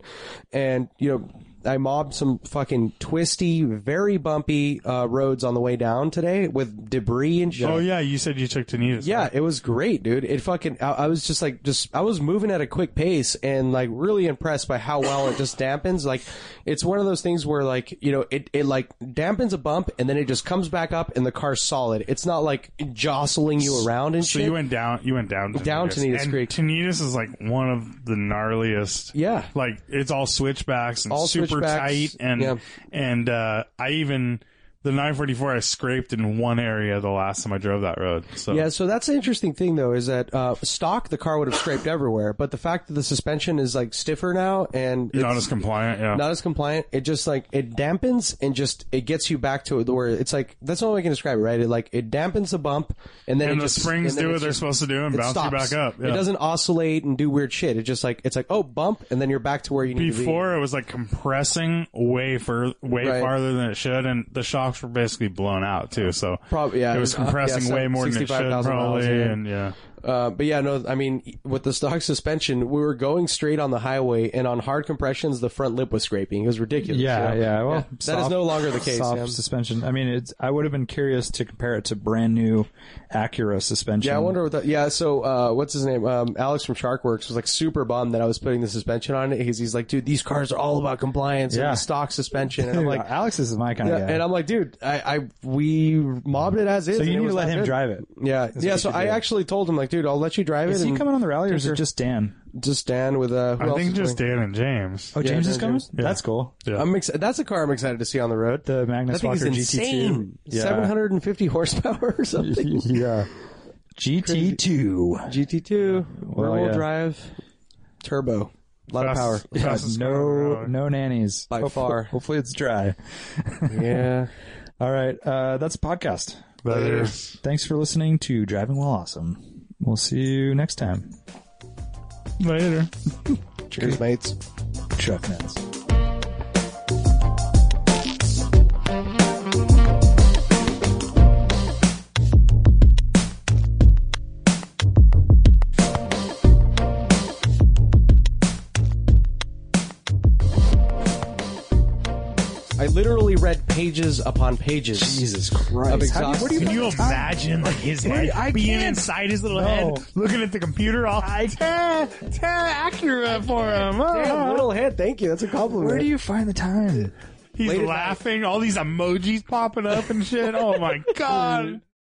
Speaker 3: and you know I mobbed some fucking twisty, very bumpy uh, roads on the way down today with debris and shit.
Speaker 4: Oh yeah, you said you took Tanita.
Speaker 3: Yeah, it was great, dude. It fucking, I, I was just like, just, I was moving at a quick pace and like really impressed by how well it just dampens. Like, it's one of those things where like, you know, it, it like dampens a bump and then it just comes back up and the car's solid. It's not like jostling you around and
Speaker 4: So
Speaker 3: shit.
Speaker 4: you went down. You went down.
Speaker 3: Down Tenedos
Speaker 4: and
Speaker 3: Creek.
Speaker 4: Tenedos is like one of the gnarliest.
Speaker 3: Yeah.
Speaker 4: like it's all switchbacks and
Speaker 3: All
Speaker 4: super
Speaker 3: switchbacks,
Speaker 4: tight, and
Speaker 3: yeah.
Speaker 4: and uh, I even the 944 I scraped in one area the last time I drove that road. So
Speaker 3: Yeah, so that's the interesting thing though is that uh, stock the car would have scraped everywhere, but the fact that the suspension is like stiffer now and it's-
Speaker 4: not as compliant. Yeah,
Speaker 3: not as compliant. It just like it dampens and just it gets you back to the where it's like that's the only way I can describe it, right? It like it dampens a bump and then
Speaker 4: and
Speaker 3: it
Speaker 4: the
Speaker 3: just,
Speaker 4: springs
Speaker 3: and then
Speaker 4: do
Speaker 3: it
Speaker 4: what they're
Speaker 3: just-
Speaker 4: supposed to do and
Speaker 3: it
Speaker 4: bounce
Speaker 3: stops.
Speaker 4: you back up.
Speaker 3: It
Speaker 4: Yeah.
Speaker 3: doesn't oscillate and do weird shit. It just like it's like oh bump and then you're back to where you need
Speaker 4: Before it was like compressing way fur, way
Speaker 3: Right.
Speaker 4: farther than it should, and the shocks were basically blown out too. So
Speaker 3: Prob- yeah,
Speaker 4: it was
Speaker 3: it was, uh,
Speaker 4: compressing
Speaker 3: yeah,
Speaker 4: way
Speaker 3: some
Speaker 4: more than it should
Speaker 3: 65,000 miles,
Speaker 4: probably,
Speaker 3: yeah.
Speaker 4: and yeah.
Speaker 3: to be. Uh, but yeah, no, I mean with the stock suspension, we were going straight on the highway and on hard compressions, the front lip was scraping. It was ridiculous.
Speaker 2: Yeah,
Speaker 3: you know?
Speaker 2: yeah. Well,
Speaker 3: That is no longer the case,
Speaker 2: Soft
Speaker 3: yeah.
Speaker 2: suspension. I mean, it's. I would have been curious to compare it to brand new Acura suspension.
Speaker 3: Yeah, I wonder what that. Yeah, so uh, what's his name? Um, Alex from Sharkworks was like super bummed that I was putting the suspension on it. He's, he's like, dude, these cars are all about compliance
Speaker 2: Yeah.
Speaker 3: and stock suspension. And I'm
Speaker 2: Dude,
Speaker 3: like,
Speaker 2: Alex is my kind
Speaker 3: yeah,
Speaker 2: of guy.
Speaker 3: and I'm like, dude, I, I we mobbed it as is.
Speaker 2: so
Speaker 3: and
Speaker 2: you
Speaker 3: it
Speaker 2: need
Speaker 3: was
Speaker 2: to let
Speaker 3: not
Speaker 2: him
Speaker 3: good.
Speaker 2: drive it.
Speaker 3: Yeah,
Speaker 2: what
Speaker 3: yeah.
Speaker 2: you
Speaker 3: So
Speaker 2: should
Speaker 3: I
Speaker 2: do.
Speaker 3: actually told him like, dude, I'll let you drive it.
Speaker 2: Is he
Speaker 3: and
Speaker 2: coming on the rally, or is it just Dan?
Speaker 3: Just Dan with uh, who
Speaker 4: I
Speaker 3: else
Speaker 4: think
Speaker 3: is
Speaker 4: just
Speaker 3: going?
Speaker 4: Dan and James.
Speaker 2: Oh, James is
Speaker 3: Dan
Speaker 2: coming.
Speaker 3: James.
Speaker 2: That's cool.
Speaker 3: I'm ex- that's a car I'm excited to see on the road.
Speaker 2: The Magnus
Speaker 3: that thing is
Speaker 2: Walker GT2.
Speaker 3: insane. 750 horsepower or something.
Speaker 2: yeah. GT2.
Speaker 3: GT2,
Speaker 2: Well,
Speaker 3: rear-wheel
Speaker 2: yeah.
Speaker 3: drive, turbo, a lot
Speaker 4: Fast-
Speaker 3: of power.
Speaker 4: fastest car on the
Speaker 2: No,
Speaker 4: road.
Speaker 2: no nannies.
Speaker 3: By
Speaker 2: Hopef-
Speaker 3: far.
Speaker 2: Hopefully it's dry.
Speaker 3: Yeah.
Speaker 2: All right. Uh, that's a podcast.
Speaker 4: That is.
Speaker 2: Thanks for listening to Driving While Awesome. We'll see you next time.
Speaker 4: Later.
Speaker 3: Cheers, mates.
Speaker 2: Chuck Nuts.
Speaker 3: I literally read pages upon pages.
Speaker 2: Jesus Christ.
Speaker 3: Of
Speaker 2: How do you- what do you
Speaker 3: exhaust-
Speaker 4: Can you imagine like his head being inside his little head, looking at the computer all I can't Acura for him. Oh.
Speaker 3: Damn, little head, thank you. That's a compliment.
Speaker 2: Where do you find the time?
Speaker 4: He's
Speaker 3: Late at night.
Speaker 4: laughing, all these emojis popping up and shit. Oh my god.